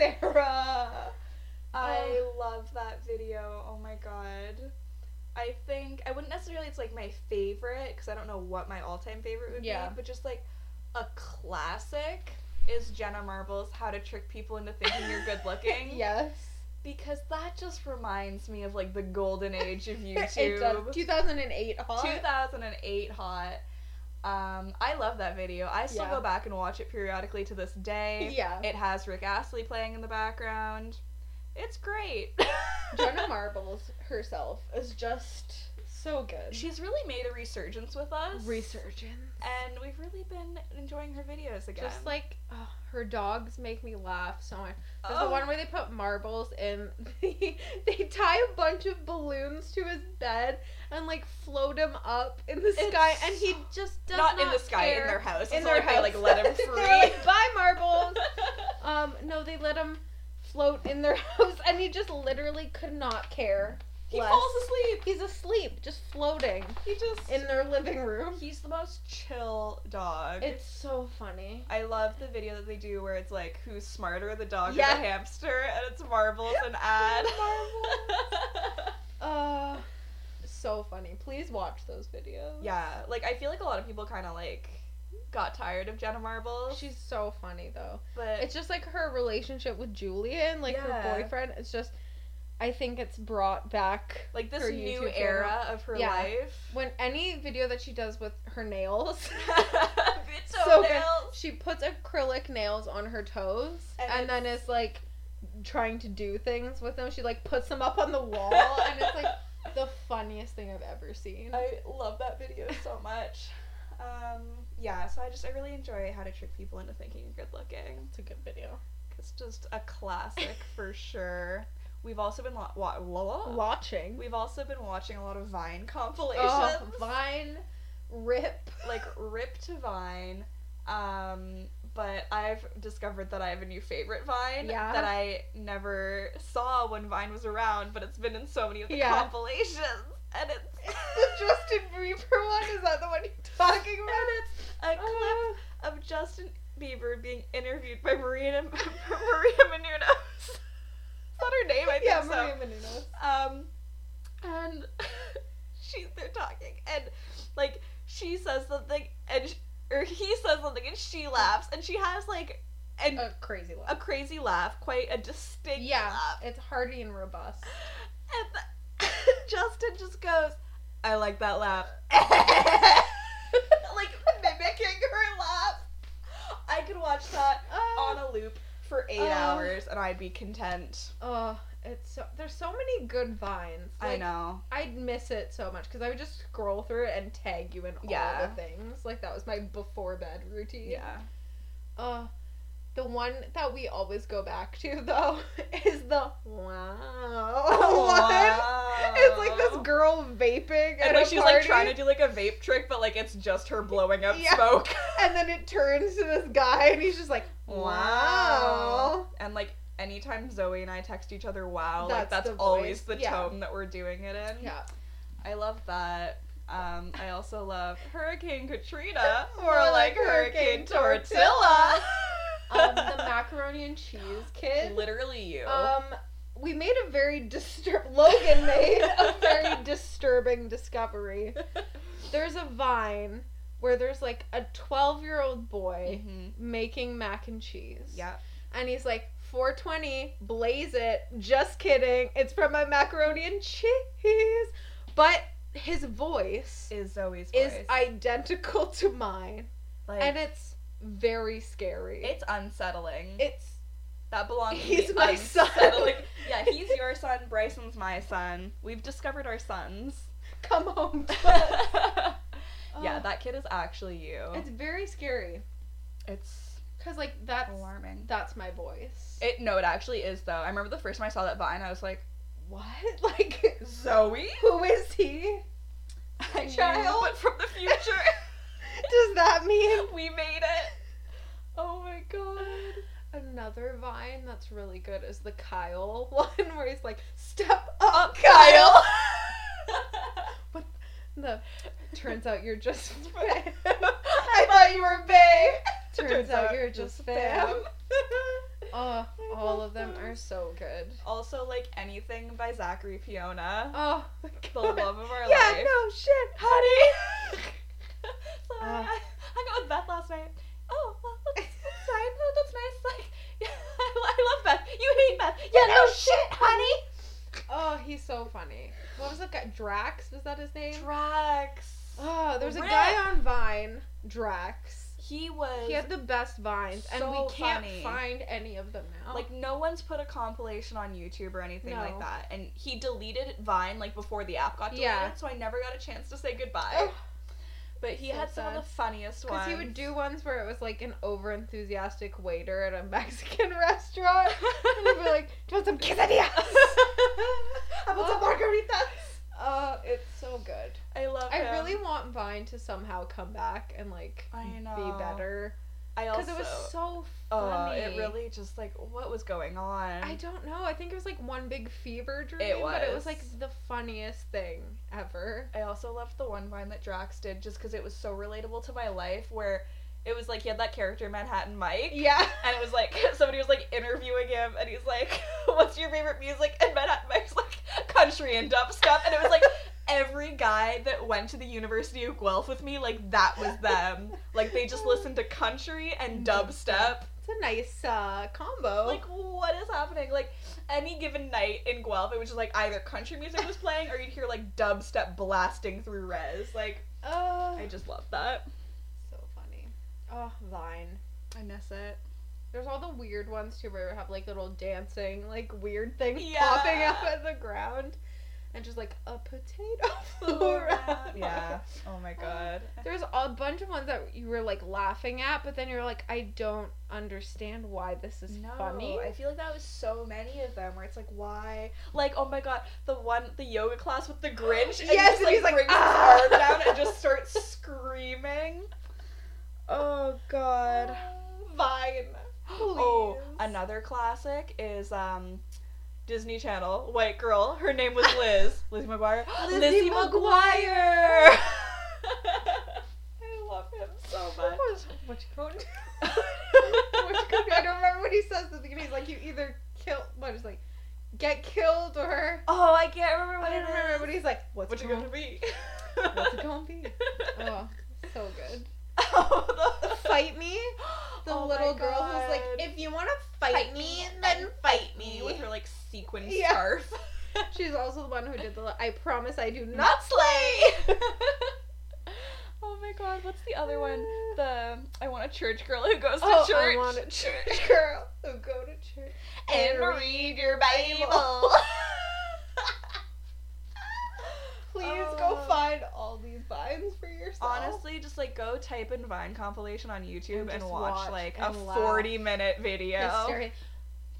Speaker 2: Sarah.
Speaker 3: I love that video. Oh my god. I think I wouldn't necessarily it's like my favorite because I don't know what my all-time favorite would
Speaker 2: Yeah.
Speaker 3: be, but just like a classic is Jenna Marbles How to Trick People into Thinking You're Good Looking.
Speaker 2: Yes.
Speaker 3: Because that just reminds me of like the golden age of YouTube.
Speaker 2: It does. 2008 hot.
Speaker 3: 2008 hot. Um, I love that video. I still
Speaker 2: Yeah.
Speaker 3: go back and watch it periodically to this day.
Speaker 2: Yeah.
Speaker 3: It has Rick Astley playing in the background. It's great.
Speaker 2: Jenna Marbles herself is just so good.
Speaker 3: She's really made a resurgence with us.
Speaker 2: resurging.
Speaker 3: And we've really been enjoying her videos again.
Speaker 2: Just like oh, her dogs make me laugh so much. There's
Speaker 3: Oh,
Speaker 2: the one where they put marbles in. They, they tie a bunch of balloons to his bed and like float him up in the
Speaker 3: It's
Speaker 2: sky, and he
Speaker 3: so-
Speaker 2: just does
Speaker 3: not, in the sky,
Speaker 2: care.
Speaker 3: in their house.
Speaker 2: In
Speaker 3: It's
Speaker 2: their
Speaker 3: not
Speaker 2: house,
Speaker 3: like they like let him free.
Speaker 2: They're like, bye marbles. Um, no, they let him float in their house, and he just literally could not care.
Speaker 3: he
Speaker 2: less.
Speaker 3: falls asleep.
Speaker 2: He's asleep, just floating
Speaker 3: He just
Speaker 2: in their living room.
Speaker 3: He's the most chill dog.
Speaker 2: It's so funny.
Speaker 3: I love the video that they do where it's like who's smarter, the dog
Speaker 2: Yeah.
Speaker 3: or the hamster, and it's marbles and ad.
Speaker 2: Marbles. Uh, so funny. Please watch those videos.
Speaker 3: yeah, like I feel like a lot of people kind of like got tired of Jenna Marbles.
Speaker 2: She's so funny though.
Speaker 3: but
Speaker 2: It's just like her relationship with Julian, like
Speaker 3: Yeah.
Speaker 2: her boyfriend. It's just, I think it's brought back
Speaker 3: like this
Speaker 2: her
Speaker 3: new
Speaker 2: YouTube channel.
Speaker 3: era of her
Speaker 2: Yeah.
Speaker 3: life.
Speaker 2: when any video that she does with her nails.
Speaker 3: Bitch
Speaker 2: so good.
Speaker 3: nails.
Speaker 2: She puts acrylic nails on her toes
Speaker 3: And
Speaker 2: and, then is like trying to do things with them. She like puts them up on the wall and it's like the funniest thing I've ever seen.
Speaker 3: I love that video so much. Um, yeah, so I just I really enjoy how to trick people into thinking you're good looking.
Speaker 2: It's a good video.
Speaker 3: It's just a classic for sure. We've also been lo- wa- lo-
Speaker 2: Watching.
Speaker 3: We've also been watching a lot of Vine compilations.
Speaker 2: Oh, Vine rip.
Speaker 3: Like Rip to Vine. Um, but I've discovered that I have a new favorite Vine
Speaker 2: Yeah.
Speaker 3: that I never saw when Vine was around, but it's been in so many of the
Speaker 2: Yeah.
Speaker 3: compilations. And it's
Speaker 2: the Justin Bieber one is that the one you're talking
Speaker 3: and
Speaker 2: about?
Speaker 3: it's
Speaker 2: Uh,
Speaker 3: a clip of Justin Bieber being interviewed by Maria Maria Menounos. Is that her name? I think
Speaker 2: yeah,
Speaker 3: so.
Speaker 2: Maria Menounos.
Speaker 3: Um, and she they're talking, and like she says something, and sh- or he says something, and she laughs, and she has like an,
Speaker 2: A crazy
Speaker 3: a
Speaker 2: one.
Speaker 3: crazy laugh, quite a distinct
Speaker 2: Yeah,
Speaker 3: laugh,
Speaker 2: it's hearty and robust.
Speaker 3: and the- Justin just goes, "I like that laugh," like mimicking her laugh. I could watch that on
Speaker 2: Oh,
Speaker 3: a loop for eight
Speaker 2: Oh.
Speaker 3: hours, and I'd be content.
Speaker 2: oh, it's so there's so many good vines.
Speaker 3: I
Speaker 2: Like,
Speaker 3: know.
Speaker 2: I'd miss it so much because I would just scroll through it and tag you in all
Speaker 3: Yeah.
Speaker 2: the things. Like that was my before bed routine.
Speaker 3: Yeah.
Speaker 2: Uh, the one that we always go back to though is
Speaker 3: Oh,
Speaker 2: the wow. one. It's like this
Speaker 3: Wow.
Speaker 2: girl vaping at
Speaker 3: And
Speaker 2: a
Speaker 3: like she's
Speaker 2: party,
Speaker 3: like trying to do like a vape trick, but like it's just her blowing up
Speaker 2: Yeah.
Speaker 3: smoke.
Speaker 2: and then it turns to this guy, and he's just like, "Wow."
Speaker 3: And like anytime Zoe and I text each other wow, like
Speaker 2: That's
Speaker 3: that's
Speaker 2: the
Speaker 3: always
Speaker 2: voice.
Speaker 3: the
Speaker 2: Yeah.
Speaker 3: tone that we're doing it in.
Speaker 2: Yeah.
Speaker 3: I love that. Um, I also love Hurricane Katrina,
Speaker 2: More
Speaker 3: or like
Speaker 2: like
Speaker 3: Hurricane
Speaker 2: Hurricane
Speaker 3: Tortilla.
Speaker 2: Um, the macaroni and cheese kid.
Speaker 3: Literally you.
Speaker 2: Um, we made a very disturb. Logan made a very disturbing discovery. There's a vine where there's like a 12 year old boy
Speaker 3: Mhm.
Speaker 2: making mac and cheese.
Speaker 3: Yeah.
Speaker 2: And he's like, 420, blaze it. Just kidding. It's from my macaroni and cheese. But his voice
Speaker 3: Is Zoe's voice.
Speaker 2: is identical to mine.
Speaker 3: like,
Speaker 2: and it's very scary.
Speaker 3: it's unsettling.
Speaker 2: it's
Speaker 3: that belongs. to
Speaker 2: He's
Speaker 3: the
Speaker 2: my son.
Speaker 3: unsettling- yeah, he's your son. Bryson's my son. We've discovered our sons.
Speaker 2: come home. to us.
Speaker 3: yeah,
Speaker 2: Oh,
Speaker 3: that kid is actually you.
Speaker 2: it's very scary
Speaker 3: It's
Speaker 2: because like that's
Speaker 3: alarming.
Speaker 2: that's my voice.
Speaker 3: It no, it actually is though. I remember the first time I saw that vine, I was like,
Speaker 2: what? Like
Speaker 3: Zoe,
Speaker 2: who is he?
Speaker 3: I knew
Speaker 2: Child.
Speaker 3: it from the future.
Speaker 2: Does that mean
Speaker 3: we made it. Oh my god.
Speaker 2: another vine that's really good is the Kyle one where he's like step
Speaker 3: Up,
Speaker 2: up,
Speaker 3: Kyle.
Speaker 2: The turns out you're just fam.
Speaker 3: I thought you were Bay.
Speaker 2: Turns out you're just fam. Oh, all of them are so good.
Speaker 3: Also, like anything by Zachary Fiona.
Speaker 2: Oh, my
Speaker 3: the
Speaker 2: God.
Speaker 3: love of our
Speaker 2: yeah,
Speaker 3: life.
Speaker 2: no shit.
Speaker 3: honey. Sorry,
Speaker 2: Uh.
Speaker 3: I hung out with Beth last night. Oh, well, that's that's fine. Well, that's nice. Like, yeah, I, lo- I love Beth. You hate Beth. Yeah, no, shit, honey.
Speaker 2: Oh, he's so funny. What was that guy? Drax? Was that his name?
Speaker 3: Drax.
Speaker 2: Oh, there's a
Speaker 3: Rip.
Speaker 2: guy on Vine, Drax.
Speaker 3: He was
Speaker 2: He had the best vines, and
Speaker 3: So
Speaker 2: we can't
Speaker 3: funny.
Speaker 2: find any of them now.
Speaker 3: like no one's put a compilation on YouTube or anything like
Speaker 2: No.
Speaker 3: that. And he deleted Vine like before the app got deleted,
Speaker 2: Yeah.
Speaker 3: so I never got a chance to say goodbye.
Speaker 2: Oh.
Speaker 3: But he
Speaker 2: So
Speaker 3: had some of the funniest ones.
Speaker 2: because he would do ones where it was like an over enthusiastic waiter at a Mexican restaurant, and he'd be like, "Do you want some quesadillas?
Speaker 3: I want some
Speaker 2: Oh.
Speaker 3: margaritas.
Speaker 2: Oh, it's so good.
Speaker 3: I love him.
Speaker 2: I really want Vine to somehow come back and like
Speaker 3: I know.
Speaker 2: be better
Speaker 3: I
Speaker 2: because
Speaker 3: also.
Speaker 2: it was so
Speaker 3: Oh,
Speaker 2: funny.
Speaker 3: it really just like what was going on?
Speaker 2: I don't know. I think it was like one big fever dream, but it
Speaker 3: was.
Speaker 2: was like the funniest thing ever.
Speaker 3: I also loved the one vine that Drax did just because it was so relatable to my life, where it was like he had that character Manhattan Mike,
Speaker 2: Yeah.
Speaker 3: and it was like somebody was like interviewing him, and he's like, "What's your favorite music?" And Manhattan Mike's like, "Country and dubstep," and it was like. Every guy that went to the University of Guelph with me, like that was them. like they just listened to country and dubstep.
Speaker 2: It's a nice uh, combo.
Speaker 3: Like, what is happening? Like, any given night in Guelph, it was just like either country music was playing or you'd hear like dubstep blasting through res. Like,
Speaker 2: oh,
Speaker 3: I just love that.
Speaker 2: so funny. Oh, Vine.
Speaker 3: I miss it.
Speaker 2: There's all the weird ones too, where you have like little dancing, like weird things
Speaker 3: Yeah.
Speaker 2: popping up at the ground, and just like a potato flew around.
Speaker 3: yeah. Oh my god.
Speaker 2: There's a bunch of ones that you were like laughing at, but then you're like, I don't understand why this is
Speaker 3: No,
Speaker 2: funny.
Speaker 3: I feel like that was so many of them where it's like, why? Like, oh my god, the one, the yoga class with the Grinch. And
Speaker 2: Yes,
Speaker 3: he just,
Speaker 2: and he's like,
Speaker 3: brings
Speaker 2: "Ah!"
Speaker 3: his arm down and just starts screaming. Oh god. Vine. Oh,
Speaker 2: Please.
Speaker 3: another classic is um, Disney Channel, White Girl. Her name was Liz. Lizzie McGuire.
Speaker 2: Lizzie
Speaker 3: McGuire! I love him so
Speaker 2: What
Speaker 3: much.
Speaker 2: was- Which code? Which code? I don't remember what he says at the beginning. He's like, you either kill, what is like, get killed or.
Speaker 3: oh, I can't remember
Speaker 2: I
Speaker 3: what
Speaker 2: don't
Speaker 3: it
Speaker 2: remember,
Speaker 3: is.
Speaker 2: but he's like, what's
Speaker 3: What's
Speaker 2: it
Speaker 3: it
Speaker 2: going
Speaker 3: gonna be?
Speaker 2: What's it gonna be? Oh, so good.
Speaker 3: Oh, the
Speaker 2: Fight me, the
Speaker 3: Oh my
Speaker 2: little girl who's like,
Speaker 3: God.
Speaker 2: if you want to fight, me, then fight me.
Speaker 3: with her like sequin
Speaker 2: Yeah.
Speaker 3: scarf.
Speaker 2: She's also the one who did the. I promise, I do not.
Speaker 3: Not slay. oh my god, what's the other one? The I want a church girl who goes to
Speaker 2: Oh, I
Speaker 3: church.
Speaker 2: want a church girl who go to church
Speaker 3: and read your Bible.
Speaker 2: Please
Speaker 3: Oh.
Speaker 2: go find all these vines for yourself.
Speaker 3: Honestly, just like go type in Vine compilation on YouTube
Speaker 2: And
Speaker 3: and,
Speaker 2: just
Speaker 3: watch,
Speaker 2: watch
Speaker 3: like
Speaker 2: and
Speaker 3: a
Speaker 2: laugh.
Speaker 3: 40 minute video.
Speaker 2: Hysteria.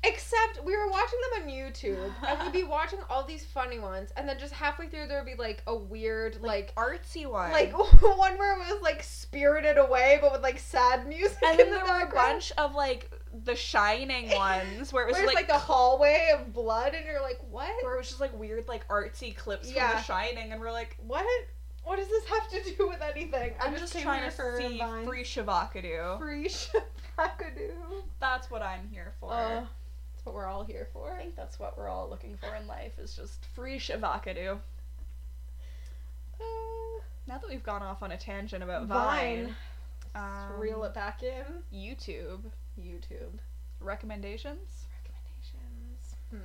Speaker 2: Except we were watching them on YouTube, and we'd be watching all these funny ones, and then just halfway through there would be like a weird like.
Speaker 3: artsy one.
Speaker 2: Like one where it was like spirited away, but with like sad music.
Speaker 3: and then
Speaker 2: in the
Speaker 3: there were a
Speaker 2: background.
Speaker 3: bunch of like the shining ones where it was
Speaker 2: Where's
Speaker 3: just, like,
Speaker 2: like, the hallway of blood, and you're like, what?
Speaker 3: where it was just like weird like artsy clips from
Speaker 2: Yeah.
Speaker 3: the shining and we're like
Speaker 2: What? What does this have to do with anything?
Speaker 3: I'm just,
Speaker 2: came
Speaker 3: trying
Speaker 2: here
Speaker 3: to see
Speaker 2: Vine.
Speaker 3: free Shavakadu.
Speaker 2: free shakadoo.
Speaker 3: That's what I'm here for.
Speaker 2: Uh, that's what we're all here
Speaker 3: I
Speaker 2: for.
Speaker 3: think that's what we're all looking for in life is just free Shavakadu.
Speaker 2: Uh,
Speaker 3: Now that we've gone off on a tangent about Vine,
Speaker 2: Vine.
Speaker 3: um,
Speaker 2: Let's reel it back in.
Speaker 3: YouTube
Speaker 2: YouTube.
Speaker 3: recommendations.
Speaker 2: Hmm.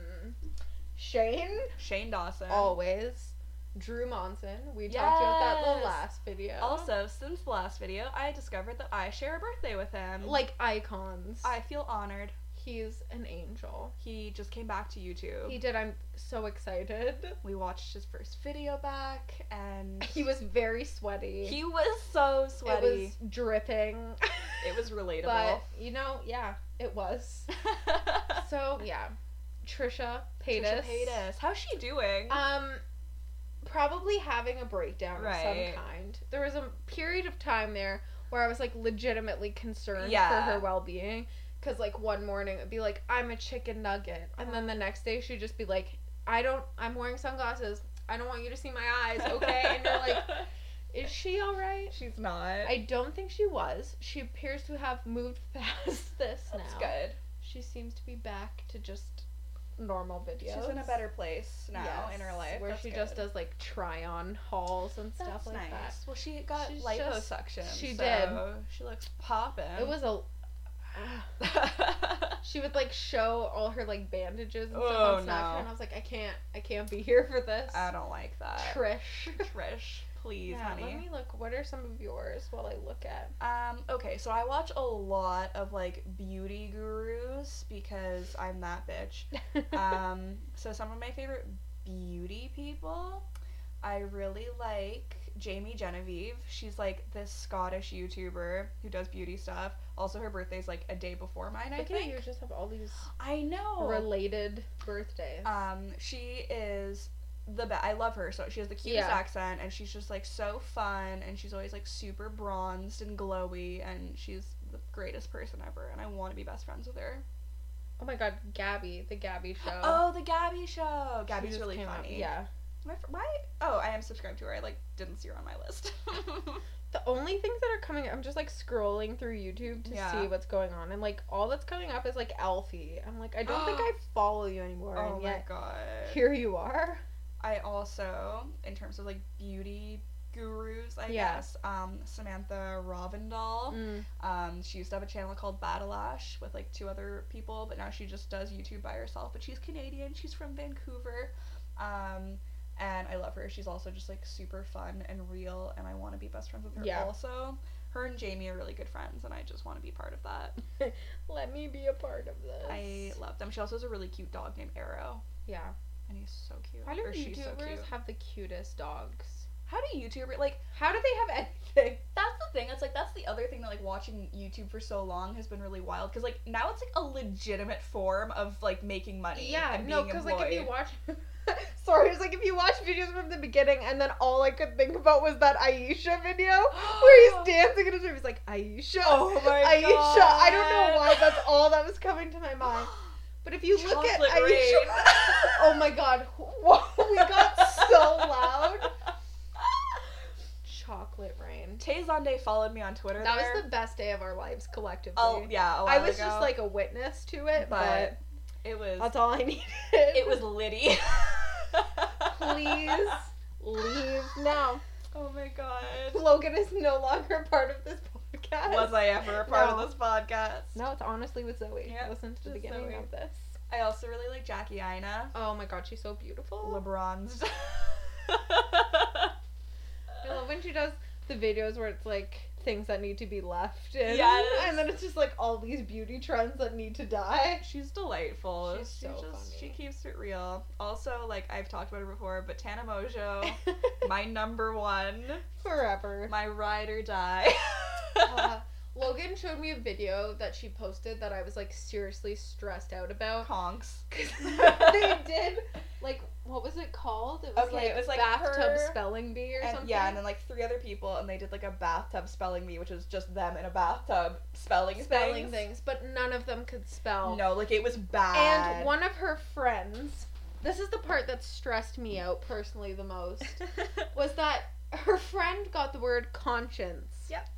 Speaker 2: Shane
Speaker 3: Shane Dawson.
Speaker 2: always. Drew Monson. We talked about that in
Speaker 3: Yes.
Speaker 2: the last video.
Speaker 3: Also, since the last video, I discovered that I share a birthday with him.
Speaker 2: like icons.
Speaker 3: I feel honored.
Speaker 2: He's an angel.
Speaker 3: He just came back to YouTube.
Speaker 2: He did. I'm so excited.
Speaker 3: we watched his first video back, and
Speaker 2: He was very sweaty.
Speaker 3: he was so sweaty.
Speaker 2: It was dripping.
Speaker 3: It was relatable.
Speaker 2: but you know, yeah, it was. So yeah, Trisha Paytas.
Speaker 3: Trisha Paytas. How's she doing?
Speaker 2: Um, probably having a breakdown
Speaker 3: Right.
Speaker 2: of some kind. There was a period of time there where I was like legitimately concerned
Speaker 3: Yeah.
Speaker 2: for her well being. Cause like one morning it'd be like I'm a chicken nugget, and then
Speaker 3: Uh-huh.
Speaker 2: the next day she'd just be like, I don't. I'm wearing sunglasses. I don't want you to see my eyes, okay? And you're like, is she all right?
Speaker 3: she's not.
Speaker 2: I don't think she was. She appears to have moved past this now.
Speaker 3: That's good.
Speaker 2: She seems to be back to just normal videos.
Speaker 3: She's in a better place now in her
Speaker 2: Yes,
Speaker 3: life.
Speaker 2: Where
Speaker 3: That's
Speaker 2: she
Speaker 3: good.
Speaker 2: just does like try on hauls and
Speaker 3: That's
Speaker 2: stuff like
Speaker 3: nice.
Speaker 2: that.
Speaker 3: Well, she got
Speaker 2: She's just-
Speaker 3: liposuction.
Speaker 2: she
Speaker 3: so
Speaker 2: did.
Speaker 3: She looks popping.
Speaker 2: It was a she would like show all her like bandages and stuff
Speaker 3: Oh,
Speaker 2: on Snapchat
Speaker 3: no.
Speaker 2: and I was like, I can't I can't be here for this.
Speaker 3: I don't like that.
Speaker 2: Trish.
Speaker 3: Trish, please,
Speaker 2: yeah,
Speaker 3: honey.
Speaker 2: Let me look what are some of yours while I look at
Speaker 3: Um, okay, so I watch a lot of like beauty gurus because I'm that bitch. Um, so some of my favorite beauty people, I really like Jamie Genevieve. She's like this Scottish YouTuber who does beauty stuff. Also, her birthday's like a day before mine. I
Speaker 2: Look at
Speaker 3: think. Oh.
Speaker 2: you just have all these
Speaker 3: I know.
Speaker 2: related birthdays.
Speaker 3: Um, she is the best. I love her. So she has the cutest
Speaker 2: Yeah.
Speaker 3: accent, and she's just like so fun, and she's always like super bronzed and glowy, and she's the greatest person ever. And I want to be best friends with her.
Speaker 2: oh my god, Gabby, the Gabby show.
Speaker 3: Oh, the Gabby show.
Speaker 2: She
Speaker 3: Gabby's
Speaker 2: just
Speaker 3: really
Speaker 2: came out-
Speaker 3: funny.
Speaker 2: Yeah.
Speaker 3: My fr- my oh, I am subscribed to her. I like didn't see her on my list.
Speaker 2: The only things that are coming I'm just like scrolling through YouTube to
Speaker 3: Yeah.
Speaker 2: see what's going on. And like all that's coming up is like Alfie. I'm like, I don't think I follow you anymore.
Speaker 3: oh
Speaker 2: and
Speaker 3: my
Speaker 2: yet
Speaker 3: god.
Speaker 2: here you are.
Speaker 3: I also, in terms of like beauty gurus, I
Speaker 2: Yeah. Mm.
Speaker 3: guess, um, Samantha Ravindal. Um, she used to have a channel called Battleash with like two other people, but now she just does YouTube by herself. But she's Canadian. She's from Vancouver, um, and I love her. She's also just like super fun and real, and I want to be best friends with her.
Speaker 2: Yeah.
Speaker 3: Also, her and Jamie are really good friends, and I just want to be part of that.
Speaker 2: Let me be a part of this.
Speaker 3: I love them. She also has a really cute dog named Arrow,
Speaker 2: yeah.
Speaker 3: and he's so cute.
Speaker 2: Why do
Speaker 3: Or
Speaker 2: YouTubers
Speaker 3: she's so cute.
Speaker 2: have the cutest dogs?
Speaker 3: How do YouTubers like?
Speaker 2: How do they have anything?
Speaker 3: That's the thing. It's like that's the other thing that like watching YouTube for so long has been really wild because like now it's like a legitimate form of like making money.
Speaker 2: Yeah,
Speaker 3: and
Speaker 2: no,
Speaker 3: being
Speaker 2: because like if you
Speaker 3: employed.
Speaker 2: watch, sorry, it's like if you watch videos from the beginning and then all I could think about was that Aisha video where he's dancing in his room. He's like Aisha,
Speaker 3: Oh my
Speaker 2: Aisha. I don't know why
Speaker 3: God.
Speaker 2: that's all that was coming to my mind. But if you look at
Speaker 3: Chocolate rain.
Speaker 2: Aisha, oh my god, whoa, we got so loud. Chocolate rain.
Speaker 3: Tay Zonday followed me on Twitter.
Speaker 2: That
Speaker 3: there.
Speaker 2: was the best day of our lives collectively.
Speaker 3: oh yeah. a
Speaker 2: I
Speaker 3: while
Speaker 2: was
Speaker 3: ago.
Speaker 2: just like a witness to it,
Speaker 3: but
Speaker 2: but,
Speaker 3: it was
Speaker 2: that's all I needed.
Speaker 3: it was Liddy.
Speaker 2: please leave now.
Speaker 3: Oh my god.
Speaker 2: Logan is no longer a part of this podcast.
Speaker 3: Was I ever a part
Speaker 2: No.
Speaker 3: of this podcast?
Speaker 2: No, it's honestly with Zoe.
Speaker 3: Yeah,
Speaker 2: Listen to the
Speaker 3: just
Speaker 2: beginning
Speaker 3: Zoe.
Speaker 2: of this.
Speaker 3: I also really like Jackie Ina.
Speaker 2: Oh my god, she's so beautiful.
Speaker 3: LeBron's.
Speaker 2: I love when she does the videos where it's like things that need to be left in.
Speaker 3: Yes.
Speaker 2: And then it's just like all these beauty trends that need to die.
Speaker 3: She's delightful.
Speaker 2: She's
Speaker 3: she
Speaker 2: so
Speaker 3: just she
Speaker 2: funny.
Speaker 3: keeps it real. Also, like I've talked about her before, but Tana Mojo, my number one,
Speaker 2: Forever.
Speaker 3: my ride or die.
Speaker 2: Uh, Logan showed me a video that she posted that I was like seriously stressed out about.
Speaker 3: Conks.
Speaker 2: 'Cause they did like what was it called? It was
Speaker 3: Okay,
Speaker 2: like
Speaker 3: it was, like,
Speaker 2: bathtub
Speaker 3: her
Speaker 2: spelling bee or
Speaker 3: And,
Speaker 2: something.
Speaker 3: yeah, and then like three other people, and they did like a bathtub spelling bee, which is just them in a bathtub spelling things.
Speaker 2: spelling things, but none of them could spell.
Speaker 3: No, like it was bad.
Speaker 2: And one of her friends, this is the part that stressed me out personally the most, was that her friend got the word conscience.
Speaker 3: Yep.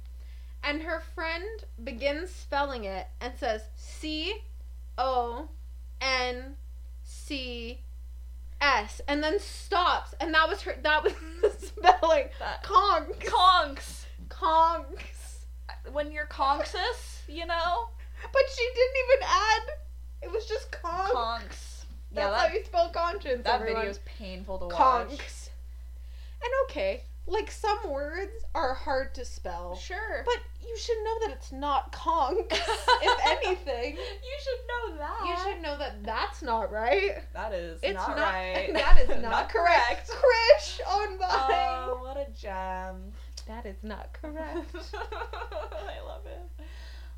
Speaker 2: And her friend begins spelling it and says C O N C S and then stops and that was her that was the spelling.
Speaker 3: That-
Speaker 2: Conks.
Speaker 3: conks.
Speaker 2: Conks.
Speaker 3: When you're conxus, you know.
Speaker 2: But she didn't even add it was just conks.
Speaker 3: Conks.
Speaker 2: yeah,
Speaker 3: That's
Speaker 2: that,
Speaker 3: how you spell conscience.
Speaker 2: that
Speaker 3: everyone.
Speaker 2: video's
Speaker 3: painful to
Speaker 2: conks. And okay, like some words are hard to spell,
Speaker 3: Sure.
Speaker 2: but you should know that it's not conks. if anything,
Speaker 3: you should know that.
Speaker 2: you should know that that's not right.
Speaker 3: That is
Speaker 2: It's
Speaker 3: not,
Speaker 2: not.
Speaker 3: right.
Speaker 2: That is not, correct. Krish on mine.
Speaker 3: Oh, what a gem.
Speaker 2: that is not
Speaker 3: I love it.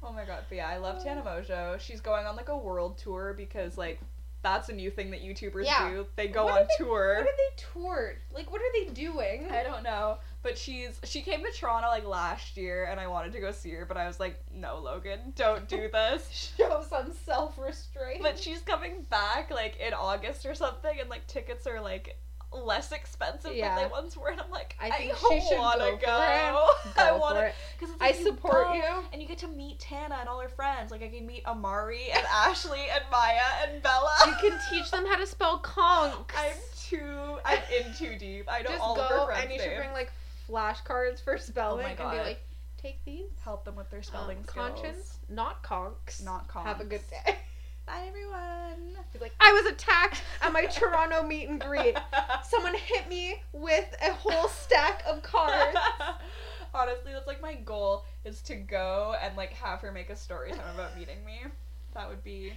Speaker 3: Oh my god, but yeah, I love Tana Mojo. She's going on like a world tour because like that's a new thing that YouTubers
Speaker 2: Yeah.
Speaker 3: do. They go
Speaker 2: What
Speaker 3: on
Speaker 2: are they-
Speaker 3: tour.
Speaker 2: What are they toured? Like, what are they doing?
Speaker 3: I don't know, but she's she came to Toronto like last year, and I wanted to go see her, but I was like, no, Logan, don't do this.
Speaker 2: Show some self restraint.
Speaker 3: but she's coming back like in August or something, and like tickets are like less expensive
Speaker 2: Yeah.
Speaker 3: than they once were, and I'm like, I,
Speaker 2: I think she should
Speaker 3: want to
Speaker 2: go
Speaker 3: go.
Speaker 2: for it.
Speaker 3: I
Speaker 2: Go
Speaker 3: want
Speaker 2: for
Speaker 3: to
Speaker 2: it.
Speaker 3: because
Speaker 2: I support you.
Speaker 3: And you get to meet Tana and all her friends. Like I can meet Amari and Ashley and Maya and Bella.
Speaker 2: You can teach them how to spell conks.
Speaker 3: I'm too. I'm in too deep. I know
Speaker 2: Just
Speaker 3: all
Speaker 2: go
Speaker 3: of her friends.
Speaker 2: and you should
Speaker 3: names.
Speaker 2: bring like flashcards for spelling and
Speaker 3: God.
Speaker 2: be like, take these.
Speaker 3: help them with their spelling
Speaker 2: um,
Speaker 3: skills.
Speaker 2: conscience, not conks.
Speaker 3: Not conks.
Speaker 2: Have a good day.
Speaker 3: Bye everyone.
Speaker 2: Be like, I was attacked at my Toronto meet and greet. Someone hit me with a whole stack of cards.
Speaker 3: Honestly, that's like my goal is to go and like have her make a story time about meeting me. That would be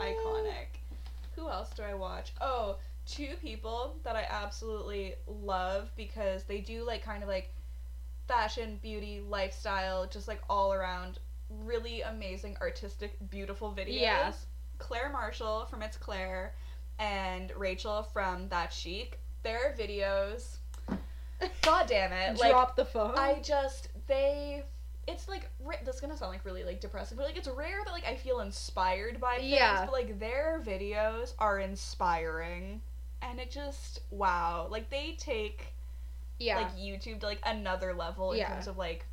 Speaker 3: iconic. Who else do I watch? Oh, two people that I absolutely love because they do like kind of like fashion, beauty, lifestyle, just like all around really amazing artistic beautiful videos.
Speaker 2: Yeah.
Speaker 3: Claire Marshall from It's Claire and Rachel from That Chic. Their videos God damn it. Like
Speaker 2: Drop the phone.
Speaker 3: I just they it's like ra- this is gonna sound like really like depressing, but like it's rare that like I feel inspired by things,
Speaker 2: Yeah.
Speaker 3: but like their videos are inspiring, and it just wow, like they take
Speaker 2: yeah.
Speaker 3: like YouTube to like another level in
Speaker 2: Yeah.
Speaker 3: terms of like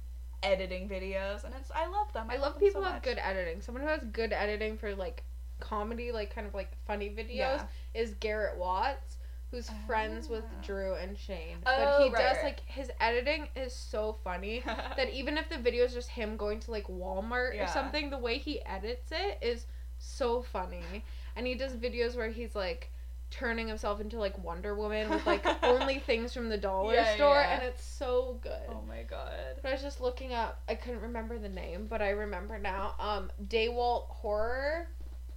Speaker 3: editing videos, and it's I love them.
Speaker 2: I love
Speaker 3: them so
Speaker 2: people who have
Speaker 3: much.
Speaker 2: good editing. Someone who has good editing for like comedy, like kind of like funny videos,
Speaker 3: Yeah.
Speaker 2: is Garrett Watts, who's friends with
Speaker 3: Ah.
Speaker 2: Drew and Shane.
Speaker 3: Oh,
Speaker 2: but he
Speaker 3: right,
Speaker 2: does
Speaker 3: right.
Speaker 2: like his editing is so funny that even if the video is just him going to like Walmart
Speaker 3: Yeah.
Speaker 2: or something, the way he edits it is so funny. And he does videos where he's like turning himself into like Wonder Woman with like only things from the dollar
Speaker 3: Yeah,
Speaker 2: store,
Speaker 3: yeah.
Speaker 2: and it's so good.
Speaker 3: oh my god.
Speaker 2: But I was just looking up. I couldn't remember the name, but I remember now. Um, Daywalt Horror.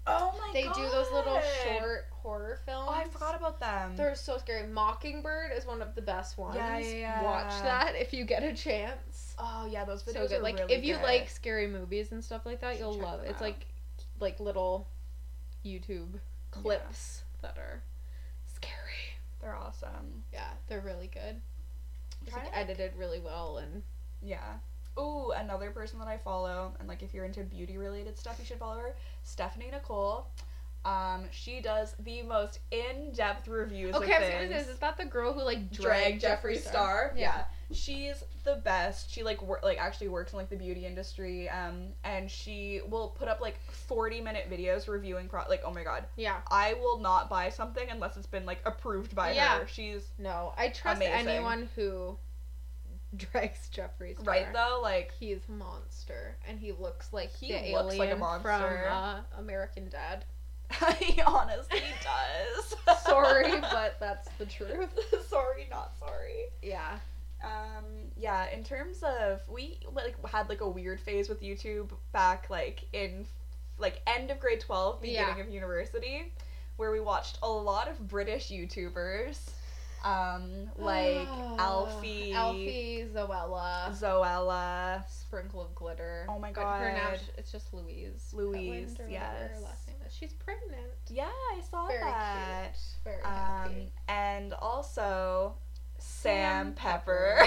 Speaker 3: Oh my
Speaker 2: They
Speaker 3: god.
Speaker 2: do those little short horror films.
Speaker 3: Oh, I forgot about them.
Speaker 2: They're so scary. Mockingbird is one of the best ones.
Speaker 3: Yeah, yeah, yeah.
Speaker 2: Watch that if you get a chance.
Speaker 3: oh yeah, those videos
Speaker 2: so good.
Speaker 3: are
Speaker 2: Like
Speaker 3: really
Speaker 2: if you
Speaker 3: good.
Speaker 2: like scary movies and stuff like that,
Speaker 3: Should
Speaker 2: you'll
Speaker 3: check
Speaker 2: love.
Speaker 3: them
Speaker 2: it. It's
Speaker 3: out.
Speaker 2: like like little YouTube clips that are scary.
Speaker 3: they're awesome.
Speaker 2: Yeah, they're really good. Just
Speaker 3: Try
Speaker 2: like
Speaker 3: to, like,
Speaker 2: edited really well and
Speaker 3: Yeah. Ooh, another person that I follow, and like if you're into beauty related stuff, you should follow her, Stephanie Nicole. Um, she does the most in depth reviews.
Speaker 2: Okay, I
Speaker 3: of
Speaker 2: was
Speaker 3: things.
Speaker 2: gonna say, is that the girl who like
Speaker 3: drag
Speaker 2: dragged
Speaker 3: Jeffree Star.
Speaker 2: Yeah.
Speaker 3: she's the best. She like wor- like actually works in like the beauty industry. Um, and she will put up like forty minute videos reviewing pro. Like oh my god,
Speaker 2: Yeah.
Speaker 3: I will not buy something unless it's been like approved by
Speaker 2: Yeah.
Speaker 3: her. She's
Speaker 2: No, I trust
Speaker 3: Amazing.
Speaker 2: anyone who drags Jeffree Star.
Speaker 3: right though, like
Speaker 2: He's a monster, and he looks like
Speaker 3: He
Speaker 2: the
Speaker 3: looks
Speaker 2: alien
Speaker 3: like a monster.
Speaker 2: from uh, American Dad.
Speaker 3: he honestly does.
Speaker 2: Sorry, but that's the truth.
Speaker 3: sorry, not sorry.
Speaker 2: Yeah.
Speaker 3: Um, yeah, in terms of we like had like a weird phase with YouTube back like in like end of grade 12, beginning of university, where we watched a lot of British YouTubers. Um, like Alfie,
Speaker 2: Ah, Oh, Alfie, Zoella,
Speaker 3: Zoella,
Speaker 2: Sprinkle of Glitter.
Speaker 3: Oh my
Speaker 2: But Her now,
Speaker 3: God.
Speaker 2: sh- it's just Louise.
Speaker 3: Louise,
Speaker 2: Petland or whatever
Speaker 3: yes.
Speaker 2: Her last name is. She's pregnant.
Speaker 3: Yeah, I saw
Speaker 2: Very
Speaker 3: that.
Speaker 2: cute. Very
Speaker 3: Um,
Speaker 2: happy.
Speaker 3: and also Sam
Speaker 2: Sam
Speaker 3: Pepper.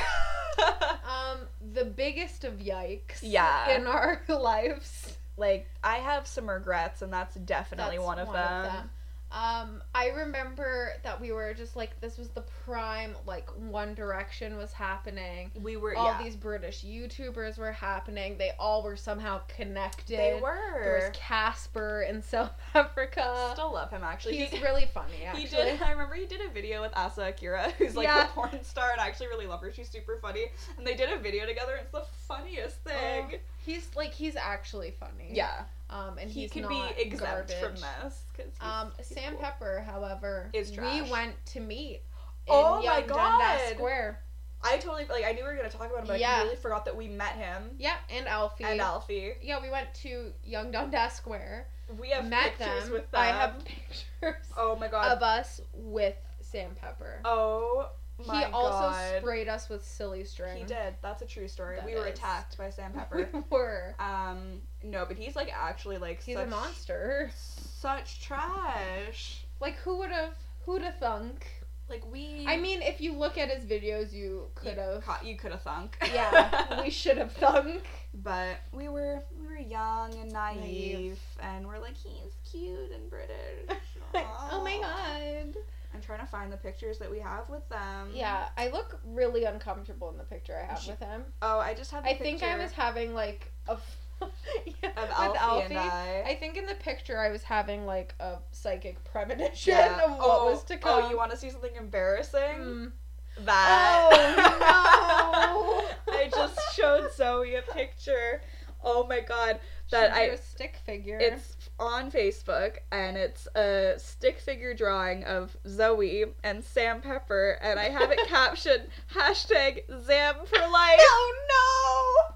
Speaker 2: Um, the biggest of yikes.
Speaker 3: Yeah.
Speaker 2: In our lives.
Speaker 3: like I have some regrets, and that's definitely
Speaker 2: That's
Speaker 3: one, of, them.
Speaker 2: Um, I remember that we were just like this was the prime like One Direction was happening.
Speaker 3: We were
Speaker 2: All
Speaker 3: yeah.
Speaker 2: these British YouTubers were happening. They all were somehow connected.
Speaker 3: They
Speaker 2: There
Speaker 3: were.
Speaker 2: was Casper in South Africa.
Speaker 3: Still love him actually.
Speaker 2: He's
Speaker 3: he,
Speaker 2: really funny.
Speaker 3: he
Speaker 2: Actually,
Speaker 3: did. I remember he did a video with Asa Akira, who's like
Speaker 2: Yeah.
Speaker 3: a porn star, and I actually really love her. She's super funny,
Speaker 2: Oh,
Speaker 3: and they did a video together. and It's the funniest thing.
Speaker 2: he's like he's actually funny.
Speaker 3: yeah,
Speaker 2: Um, and
Speaker 3: he
Speaker 2: he's
Speaker 3: could be
Speaker 2: not
Speaker 3: exempt from
Speaker 2: garbage.
Speaker 3: this. 'cause he's-
Speaker 2: Um,
Speaker 3: he's
Speaker 2: Sam
Speaker 3: cool.
Speaker 2: Pepper, however,
Speaker 3: Is
Speaker 2: we
Speaker 3: trash.
Speaker 2: went to meet.
Speaker 3: Oh
Speaker 2: in
Speaker 3: my
Speaker 2: Young Dundas
Speaker 3: God.
Speaker 2: Square.
Speaker 3: I totally like. I knew we were gonna talk about him, but I
Speaker 2: Yeah.
Speaker 3: completely forgot that we met him
Speaker 2: Yeah, and Alfie.
Speaker 3: and Alfie.
Speaker 2: Yeah, we went to Young Dundas Square.
Speaker 3: We have
Speaker 2: met
Speaker 3: pictures
Speaker 2: them.
Speaker 3: with them.
Speaker 2: I have pictures
Speaker 3: Oh my god.
Speaker 2: of us with Sam Pepper.
Speaker 3: oh my
Speaker 2: he also
Speaker 3: god.
Speaker 2: sprayed us with silly string.
Speaker 3: He did. That's a true story.
Speaker 2: That
Speaker 3: we were
Speaker 2: is.
Speaker 3: attacked by Sam
Speaker 2: We
Speaker 3: Pepper.
Speaker 2: were.
Speaker 3: um, no, but he's like actually like
Speaker 2: He's
Speaker 3: such,
Speaker 2: a monster.
Speaker 3: Such trash.
Speaker 2: Like who would have? Who'd have thunk?
Speaker 3: Like we.
Speaker 2: I mean, if you look at his videos, you could have.
Speaker 3: caught. You could have thunk.
Speaker 2: Yeah, we should have thunk.
Speaker 3: but we were we were young and naive,
Speaker 2: Naive.
Speaker 3: and we're like he's cute and British.
Speaker 2: Like, oh my
Speaker 3: Aw. Mm-hmm.
Speaker 2: god.
Speaker 3: I'm trying to find the pictures that we have with them.
Speaker 2: Yeah, I look really uncomfortable in the picture I have
Speaker 3: She-
Speaker 2: with him.
Speaker 3: Oh, I just have. The
Speaker 2: I think I
Speaker 3: picture
Speaker 2: was having like a. yeah,
Speaker 3: of
Speaker 2: with
Speaker 3: Alfie, and I.
Speaker 2: I think in the picture I was having like a psychic premonition
Speaker 3: Yeah.
Speaker 2: of what
Speaker 3: oh,
Speaker 2: was to
Speaker 3: oh,
Speaker 2: come.
Speaker 3: Oh, you want to see something embarrassing?
Speaker 2: Mm.
Speaker 3: That.
Speaker 2: Oh, no.
Speaker 3: I just showed Zoe a picture. Oh my god, that
Speaker 2: Should do
Speaker 3: I.
Speaker 2: a stick figure.
Speaker 3: It's on Facebook and it's a stick figure drawing of Zoe and Sam Pepper, and I have it captioned hashtag Zam for life.
Speaker 2: oh no!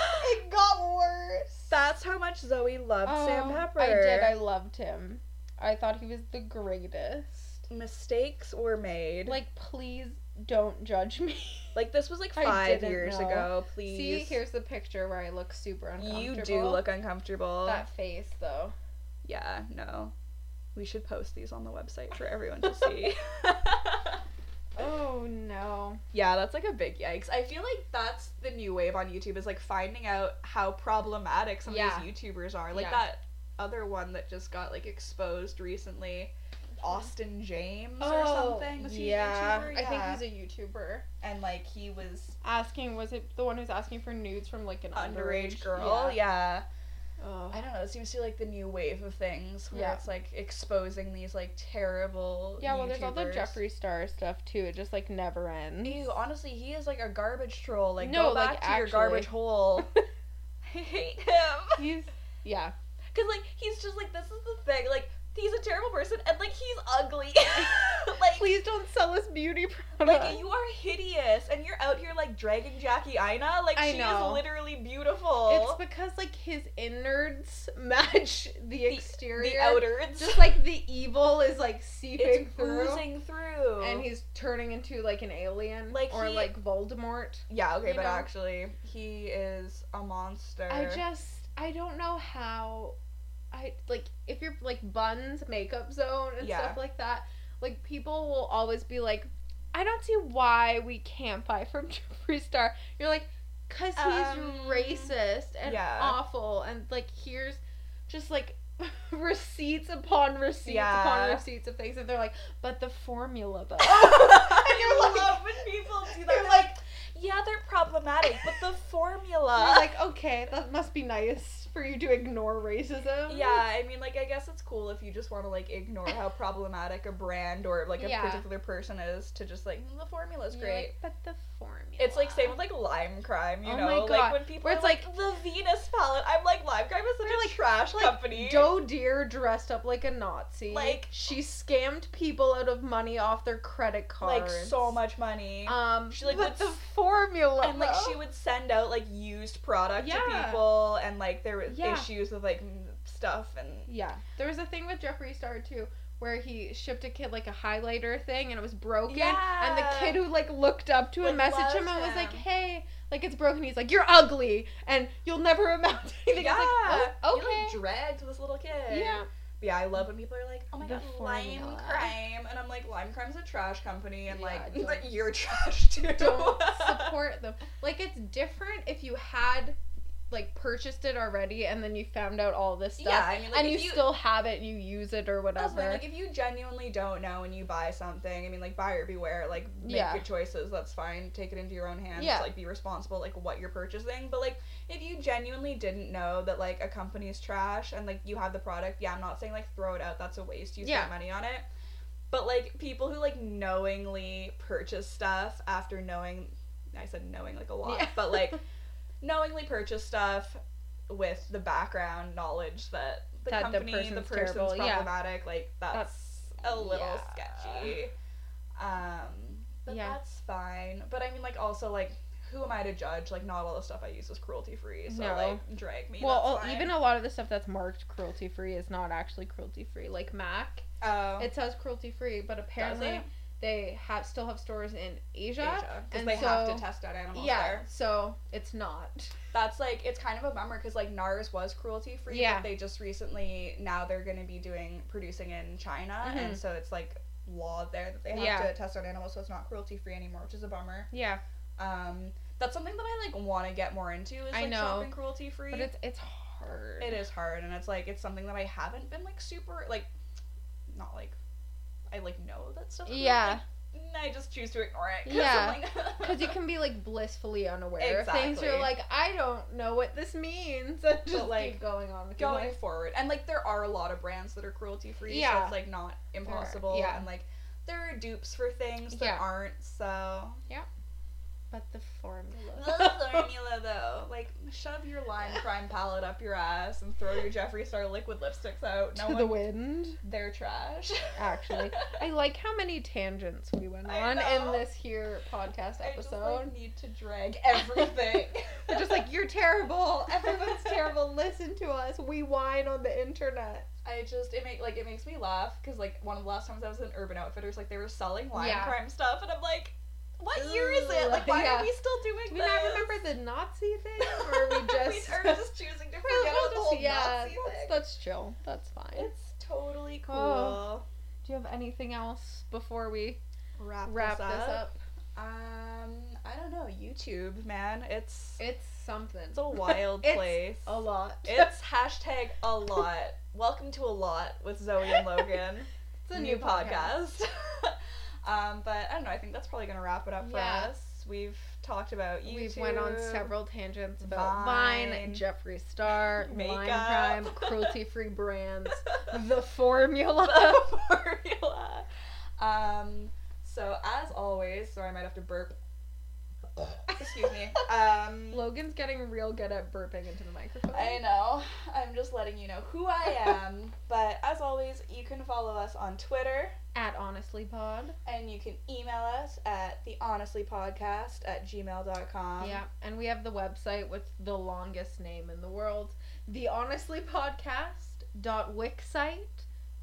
Speaker 2: it got worse.
Speaker 3: That's how much Zoe loved Sam
Speaker 2: Oh,
Speaker 3: Pepper.
Speaker 2: I did. I loved him. I thought he was the greatest.
Speaker 3: Mistakes were made. Like,
Speaker 2: Like, please don't judge me.
Speaker 3: this was like
Speaker 2: I
Speaker 3: five
Speaker 2: didn't
Speaker 3: years
Speaker 2: know.
Speaker 3: ago. Please.
Speaker 2: See, here's the picture where I look super uncomfortable.
Speaker 3: you do look uncomfortable.
Speaker 2: that face though.
Speaker 3: Yeah, no. We should post these on the website for everyone to see.
Speaker 2: Oh no.
Speaker 3: yeah, that's like a big yikes. I feel like that's the new wave on YouTube is like finding out how problematic some
Speaker 2: Yeah.
Speaker 3: of these YouTubers are. Like
Speaker 2: Yeah.
Speaker 3: that other one that just got like exposed recently. Austin James or something. Was he a
Speaker 2: Oh, yeah.
Speaker 3: YouTuber?
Speaker 2: I
Speaker 3: Yeah.
Speaker 2: think he's a YouTuber.
Speaker 3: and like he was
Speaker 2: Asking was it the one who's asking for nudes from like an
Speaker 3: underage, girl. Yeah.
Speaker 2: Oh.
Speaker 3: I don't know. It seems to be like the new wave of things where
Speaker 2: Yeah.
Speaker 3: it's like exposing these like terrible.
Speaker 2: Yeah, well, there's all the
Speaker 3: YouTubers.
Speaker 2: Jeffree Star stuff too. It just like never ends.
Speaker 3: Ew, honestly, he is like a garbage troll. Like,
Speaker 2: No,
Speaker 3: go back
Speaker 2: like,
Speaker 3: to your
Speaker 2: actually.
Speaker 3: garbage hole. I hate him.
Speaker 2: He's yeah.
Speaker 3: Cause like he's just like this is the thing. Like he's a terrible person and like he's ugly. like
Speaker 2: Please don't sell us beauty products.
Speaker 3: Like you are hideous, and you're out here like dragging Jackie Ina. Like
Speaker 2: I
Speaker 3: she
Speaker 2: know.
Speaker 3: is literally beautiful.
Speaker 2: it's because like his innards match the
Speaker 3: the,
Speaker 2: exterior.
Speaker 3: the outer.
Speaker 2: Just like the evil is like seeping
Speaker 3: it's
Speaker 2: through.
Speaker 3: oozing through.
Speaker 2: and he's turning into like an alien
Speaker 3: Like,
Speaker 2: or
Speaker 3: he-
Speaker 2: like Voldemort.
Speaker 3: yeah okay,
Speaker 2: you
Speaker 3: but
Speaker 2: know.
Speaker 3: actually he is a monster.
Speaker 2: I just I don't know how I like if you're like Buns makeup zone and
Speaker 3: Yeah.
Speaker 2: stuff like that, like people will always be like, I don't see why we can't buy from Jeffree Star. You're like, cause he's
Speaker 3: Um,
Speaker 2: racist and
Speaker 3: yeah.
Speaker 2: awful and like here's just like receipts upon receipts upon
Speaker 3: Yeah.
Speaker 2: receipts of things and they're like, but the formula though.
Speaker 3: and
Speaker 2: you're like-
Speaker 3: love when people do that.
Speaker 2: You're
Speaker 3: They're like, yeah, they're problematic, but the formula.
Speaker 2: You're like, okay, that must be nice for you to ignore racism.
Speaker 3: yeah, I mean, like, I guess it's cool if you just want to like ignore how problematic a brand or like a
Speaker 2: Yeah.
Speaker 3: particular person is to just like "Mm, the formula's
Speaker 2: You're
Speaker 3: great.
Speaker 2: like, but the formula.
Speaker 3: It's like same with like lime crime, you
Speaker 2: Oh
Speaker 3: know,
Speaker 2: my
Speaker 3: like
Speaker 2: God.
Speaker 3: when people
Speaker 2: Where
Speaker 3: are
Speaker 2: it's
Speaker 3: like, the Venus palette. I'm like lime crime is such
Speaker 2: They're
Speaker 3: a
Speaker 2: like-
Speaker 3: trash
Speaker 2: like,
Speaker 3: company.
Speaker 2: Joe Deer dressed up like a Nazi.
Speaker 3: Like-
Speaker 2: she scammed people out of money off their credit
Speaker 3: like
Speaker 2: cards.
Speaker 3: so much money.
Speaker 2: Um,
Speaker 3: She,
Speaker 2: she
Speaker 3: like,
Speaker 2: like
Speaker 3: would
Speaker 2: but the
Speaker 3: s-
Speaker 2: formula.
Speaker 3: and like she
Speaker 2: though.
Speaker 3: would send out like used product to
Speaker 2: oh. Yeah.
Speaker 3: people, and like there was
Speaker 2: Yeah.
Speaker 3: issues with like m- stuff and
Speaker 2: Yeah, there was a thing with Jeffree Star too. Where he shipped a kid like a highlighter thing and it was broken, and the
Speaker 3: Yeah.
Speaker 2: kid who like looked up to him
Speaker 3: Like,
Speaker 2: messaged him
Speaker 3: loved
Speaker 2: and was like,
Speaker 3: him.
Speaker 2: "Hey, like it's broken." He's like, "You're ugly, and you'll never amount to anything."
Speaker 3: Yeah.
Speaker 2: I was like, "Oh,
Speaker 3: He,
Speaker 2: okay,
Speaker 3: like dragged this little kid.
Speaker 2: yeah,
Speaker 3: Yeah, I love when people are like, "Oh my
Speaker 2: The
Speaker 3: god, Lime
Speaker 2: formula.
Speaker 3: Crime," and I'm like, "Lime Crime's a trash company," and
Speaker 2: Yeah,
Speaker 3: like,
Speaker 2: don't-
Speaker 3: "But you're trash too."
Speaker 2: don't support them. Like it's different if you had like purchased it already and then you found out all this stuff
Speaker 3: yeah, I mean, like,
Speaker 2: and
Speaker 3: if
Speaker 2: you,
Speaker 3: you,
Speaker 2: still have it and you use it or
Speaker 3: that's the
Speaker 2: whatever.
Speaker 3: thing, like if you genuinely don't know and you buy something, I mean, like buyer beware. Like, make
Speaker 2: Yeah.
Speaker 3: good choices. That's fine. Take it into your own hands.
Speaker 2: Yeah.
Speaker 3: Like, be responsible. Like, what you're purchasing. But like, if you genuinely didn't know that like a company's trash and like you have the product, yeah, I'm not saying like throw it out. That's a waste. You
Speaker 2: Yeah.
Speaker 3: spent money on it. But like people who like knowingly purchase stuff after knowing, I said knowing like a lot,
Speaker 2: Yeah.
Speaker 3: but like knowingly purchase stuff with the background knowledge that the
Speaker 2: That the
Speaker 3: company, the,
Speaker 2: person's
Speaker 3: person's
Speaker 2: terrible, yeah.
Speaker 3: problematic, like that's, a little
Speaker 2: yeah.
Speaker 3: sketchy. Um, but
Speaker 2: Yeah.
Speaker 3: that's fine. But I mean, like also like. Who am I to judge? Like, not all the stuff I use is cruelty free, so
Speaker 2: No.
Speaker 3: like, drag me.
Speaker 2: well,
Speaker 3: that's
Speaker 2: oh,
Speaker 3: fine.
Speaker 2: even a lot of the stuff that's marked cruelty free is not actually cruelty free. Like Mac,
Speaker 3: Oh,
Speaker 2: it says cruelty free, but apparently
Speaker 3: it?
Speaker 2: they have still have stores in Asia.
Speaker 3: Asia, because
Speaker 2: and
Speaker 3: they have
Speaker 2: so-
Speaker 3: to test out animals
Speaker 2: Yeah,
Speaker 3: there.
Speaker 2: so it's not.
Speaker 3: That's like it's kind of a bummer because like NARS was cruelty free.
Speaker 2: Yeah.
Speaker 3: But they just recently now they're going to be doing producing in China, and so it's like law there that they have
Speaker 2: Mm-hmm. Yeah.
Speaker 3: to test on animals, so it's not cruelty free anymore, which is a bummer.
Speaker 2: Yeah,
Speaker 3: Um, that's something that I like want to get more into is
Speaker 2: I
Speaker 3: like
Speaker 2: know.
Speaker 3: shopping cruelty free.
Speaker 2: but it's it's hard.
Speaker 3: It is hard, and it's like it's something that I haven't been like super like, not like, I like know that stuff.
Speaker 2: Yeah,
Speaker 3: Like, I just choose to ignore it.
Speaker 2: Yeah.
Speaker 3: Because
Speaker 2: because you can be like blissfully unaware of things.
Speaker 3: Exactly.
Speaker 2: You're like, I don't know what this means. And just
Speaker 3: like,
Speaker 2: keep going on with your
Speaker 3: going
Speaker 2: life.
Speaker 3: forward. And like there are a lot of brands that are cruelty free, so
Speaker 2: Yeah.
Speaker 3: it's like not
Speaker 2: are,
Speaker 3: impossible.
Speaker 2: yeah.
Speaker 3: And like there are dupes for things that
Speaker 2: Yeah.
Speaker 3: aren't, so
Speaker 2: But the
Speaker 3: the
Speaker 2: formula.
Speaker 3: formula though. Like shove your lime crime palette up your ass and throw your Jeffree Star liquid lipsticks out. No
Speaker 2: to
Speaker 3: one
Speaker 2: the wind.
Speaker 3: they're trash.
Speaker 2: Actually, I like how many tangents we went
Speaker 3: I
Speaker 2: on
Speaker 3: know.
Speaker 2: in this here podcast
Speaker 3: I just like
Speaker 2: episode.
Speaker 3: need to drag everything.
Speaker 2: We're just like, you're terrible. Everyone's terrible. Listen to us. We whine on the internet.
Speaker 3: I just it make like it makes me laugh because like one of the last times I was in Urban Outfitters, like they were selling lime
Speaker 2: Yeah.
Speaker 3: crime stuff, and I'm like, what year is it?
Speaker 2: Ooh,
Speaker 3: Like why
Speaker 2: yeah.
Speaker 3: are we still doing
Speaker 2: Do we
Speaker 3: this?
Speaker 2: not remember the Nazi thing? Or we just.
Speaker 3: are just choosing to forget
Speaker 2: We're
Speaker 3: about the
Speaker 2: just-
Speaker 3: whole
Speaker 2: yeah,
Speaker 3: Nazi
Speaker 2: that's,
Speaker 3: thing.
Speaker 2: that's chill. That's fine.
Speaker 3: It's totally cool.
Speaker 2: Oh. Do you have anything else before we
Speaker 3: Wrap,
Speaker 2: wrap this up?
Speaker 3: Um, I don't know. YouTube, man, it's
Speaker 2: It's something.
Speaker 3: it's a wild
Speaker 2: It's
Speaker 3: place.
Speaker 2: a lot.
Speaker 3: It's hashtag a lot. Welcome to a lot with Zoe and Logan.
Speaker 2: It's
Speaker 3: new, podcast. um, but I don't know. I think that's probably gonna wrap it up for
Speaker 2: Yeah.
Speaker 3: us. We've talked about YouTube.
Speaker 2: We've went on several tangents about
Speaker 3: Vine,
Speaker 2: Vine, Jeffree Star, Line
Speaker 3: makeup.
Speaker 2: Crime, cruelty-free brands, the formula.
Speaker 3: the formula. Um, so as always, sorry, I might have to burp. Excuse me. Um,
Speaker 2: Logan's getting real good at burping into the microphone.
Speaker 3: I know. I'm just letting you know who I am. but as always, you can follow us on Twitter
Speaker 2: At Honestly Pod.
Speaker 3: and you can email us at the honestly podcast at gmail.com.
Speaker 2: yeah, and we have the website with the longest name in the world, the Honestly Podcast dot wixsite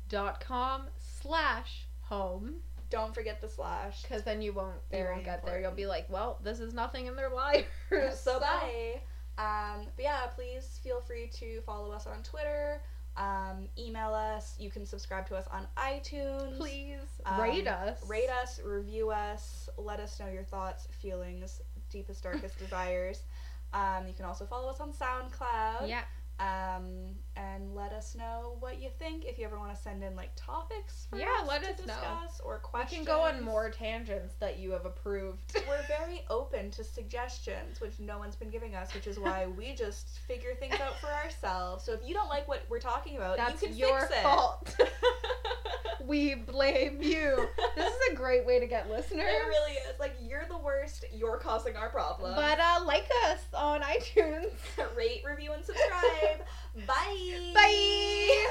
Speaker 2: dot com slash home
Speaker 3: Don't forget the slash.
Speaker 2: because then you won't you
Speaker 3: Very
Speaker 2: won't get there you'll
Speaker 3: important.
Speaker 2: be like well this is nothing and they're liars
Speaker 3: so bye. Um, but yeah, please feel free to follow us on Twitter. Um, email us. You can subscribe to us on iTunes.
Speaker 2: please
Speaker 3: Um,
Speaker 2: rate us
Speaker 3: Rate us, review us, let us know your thoughts, feelings, deepest, darkest desires. Um, you can also follow us on SoundCloud.
Speaker 2: yeah
Speaker 3: Um, and let us know what you think. If you ever want to send in like topics for
Speaker 2: Yeah,
Speaker 3: us
Speaker 2: let
Speaker 3: to
Speaker 2: us know.
Speaker 3: discuss or
Speaker 2: We
Speaker 3: questions.
Speaker 2: can go on more tangents that you have approved.
Speaker 3: We're very open to suggestions, which no one's been giving us, which is why we just figure things out for ourselves. So if you don't like what we're talking about,
Speaker 2: That's
Speaker 3: you can
Speaker 2: your
Speaker 3: fix it.
Speaker 2: fault. we blame you. This is a great way to get listeners.
Speaker 3: It really is. Like you're the worst. You're causing our problem.
Speaker 2: But uh, like us on iTunes.
Speaker 3: rate, review, and subscribe. Bye.
Speaker 2: Bye.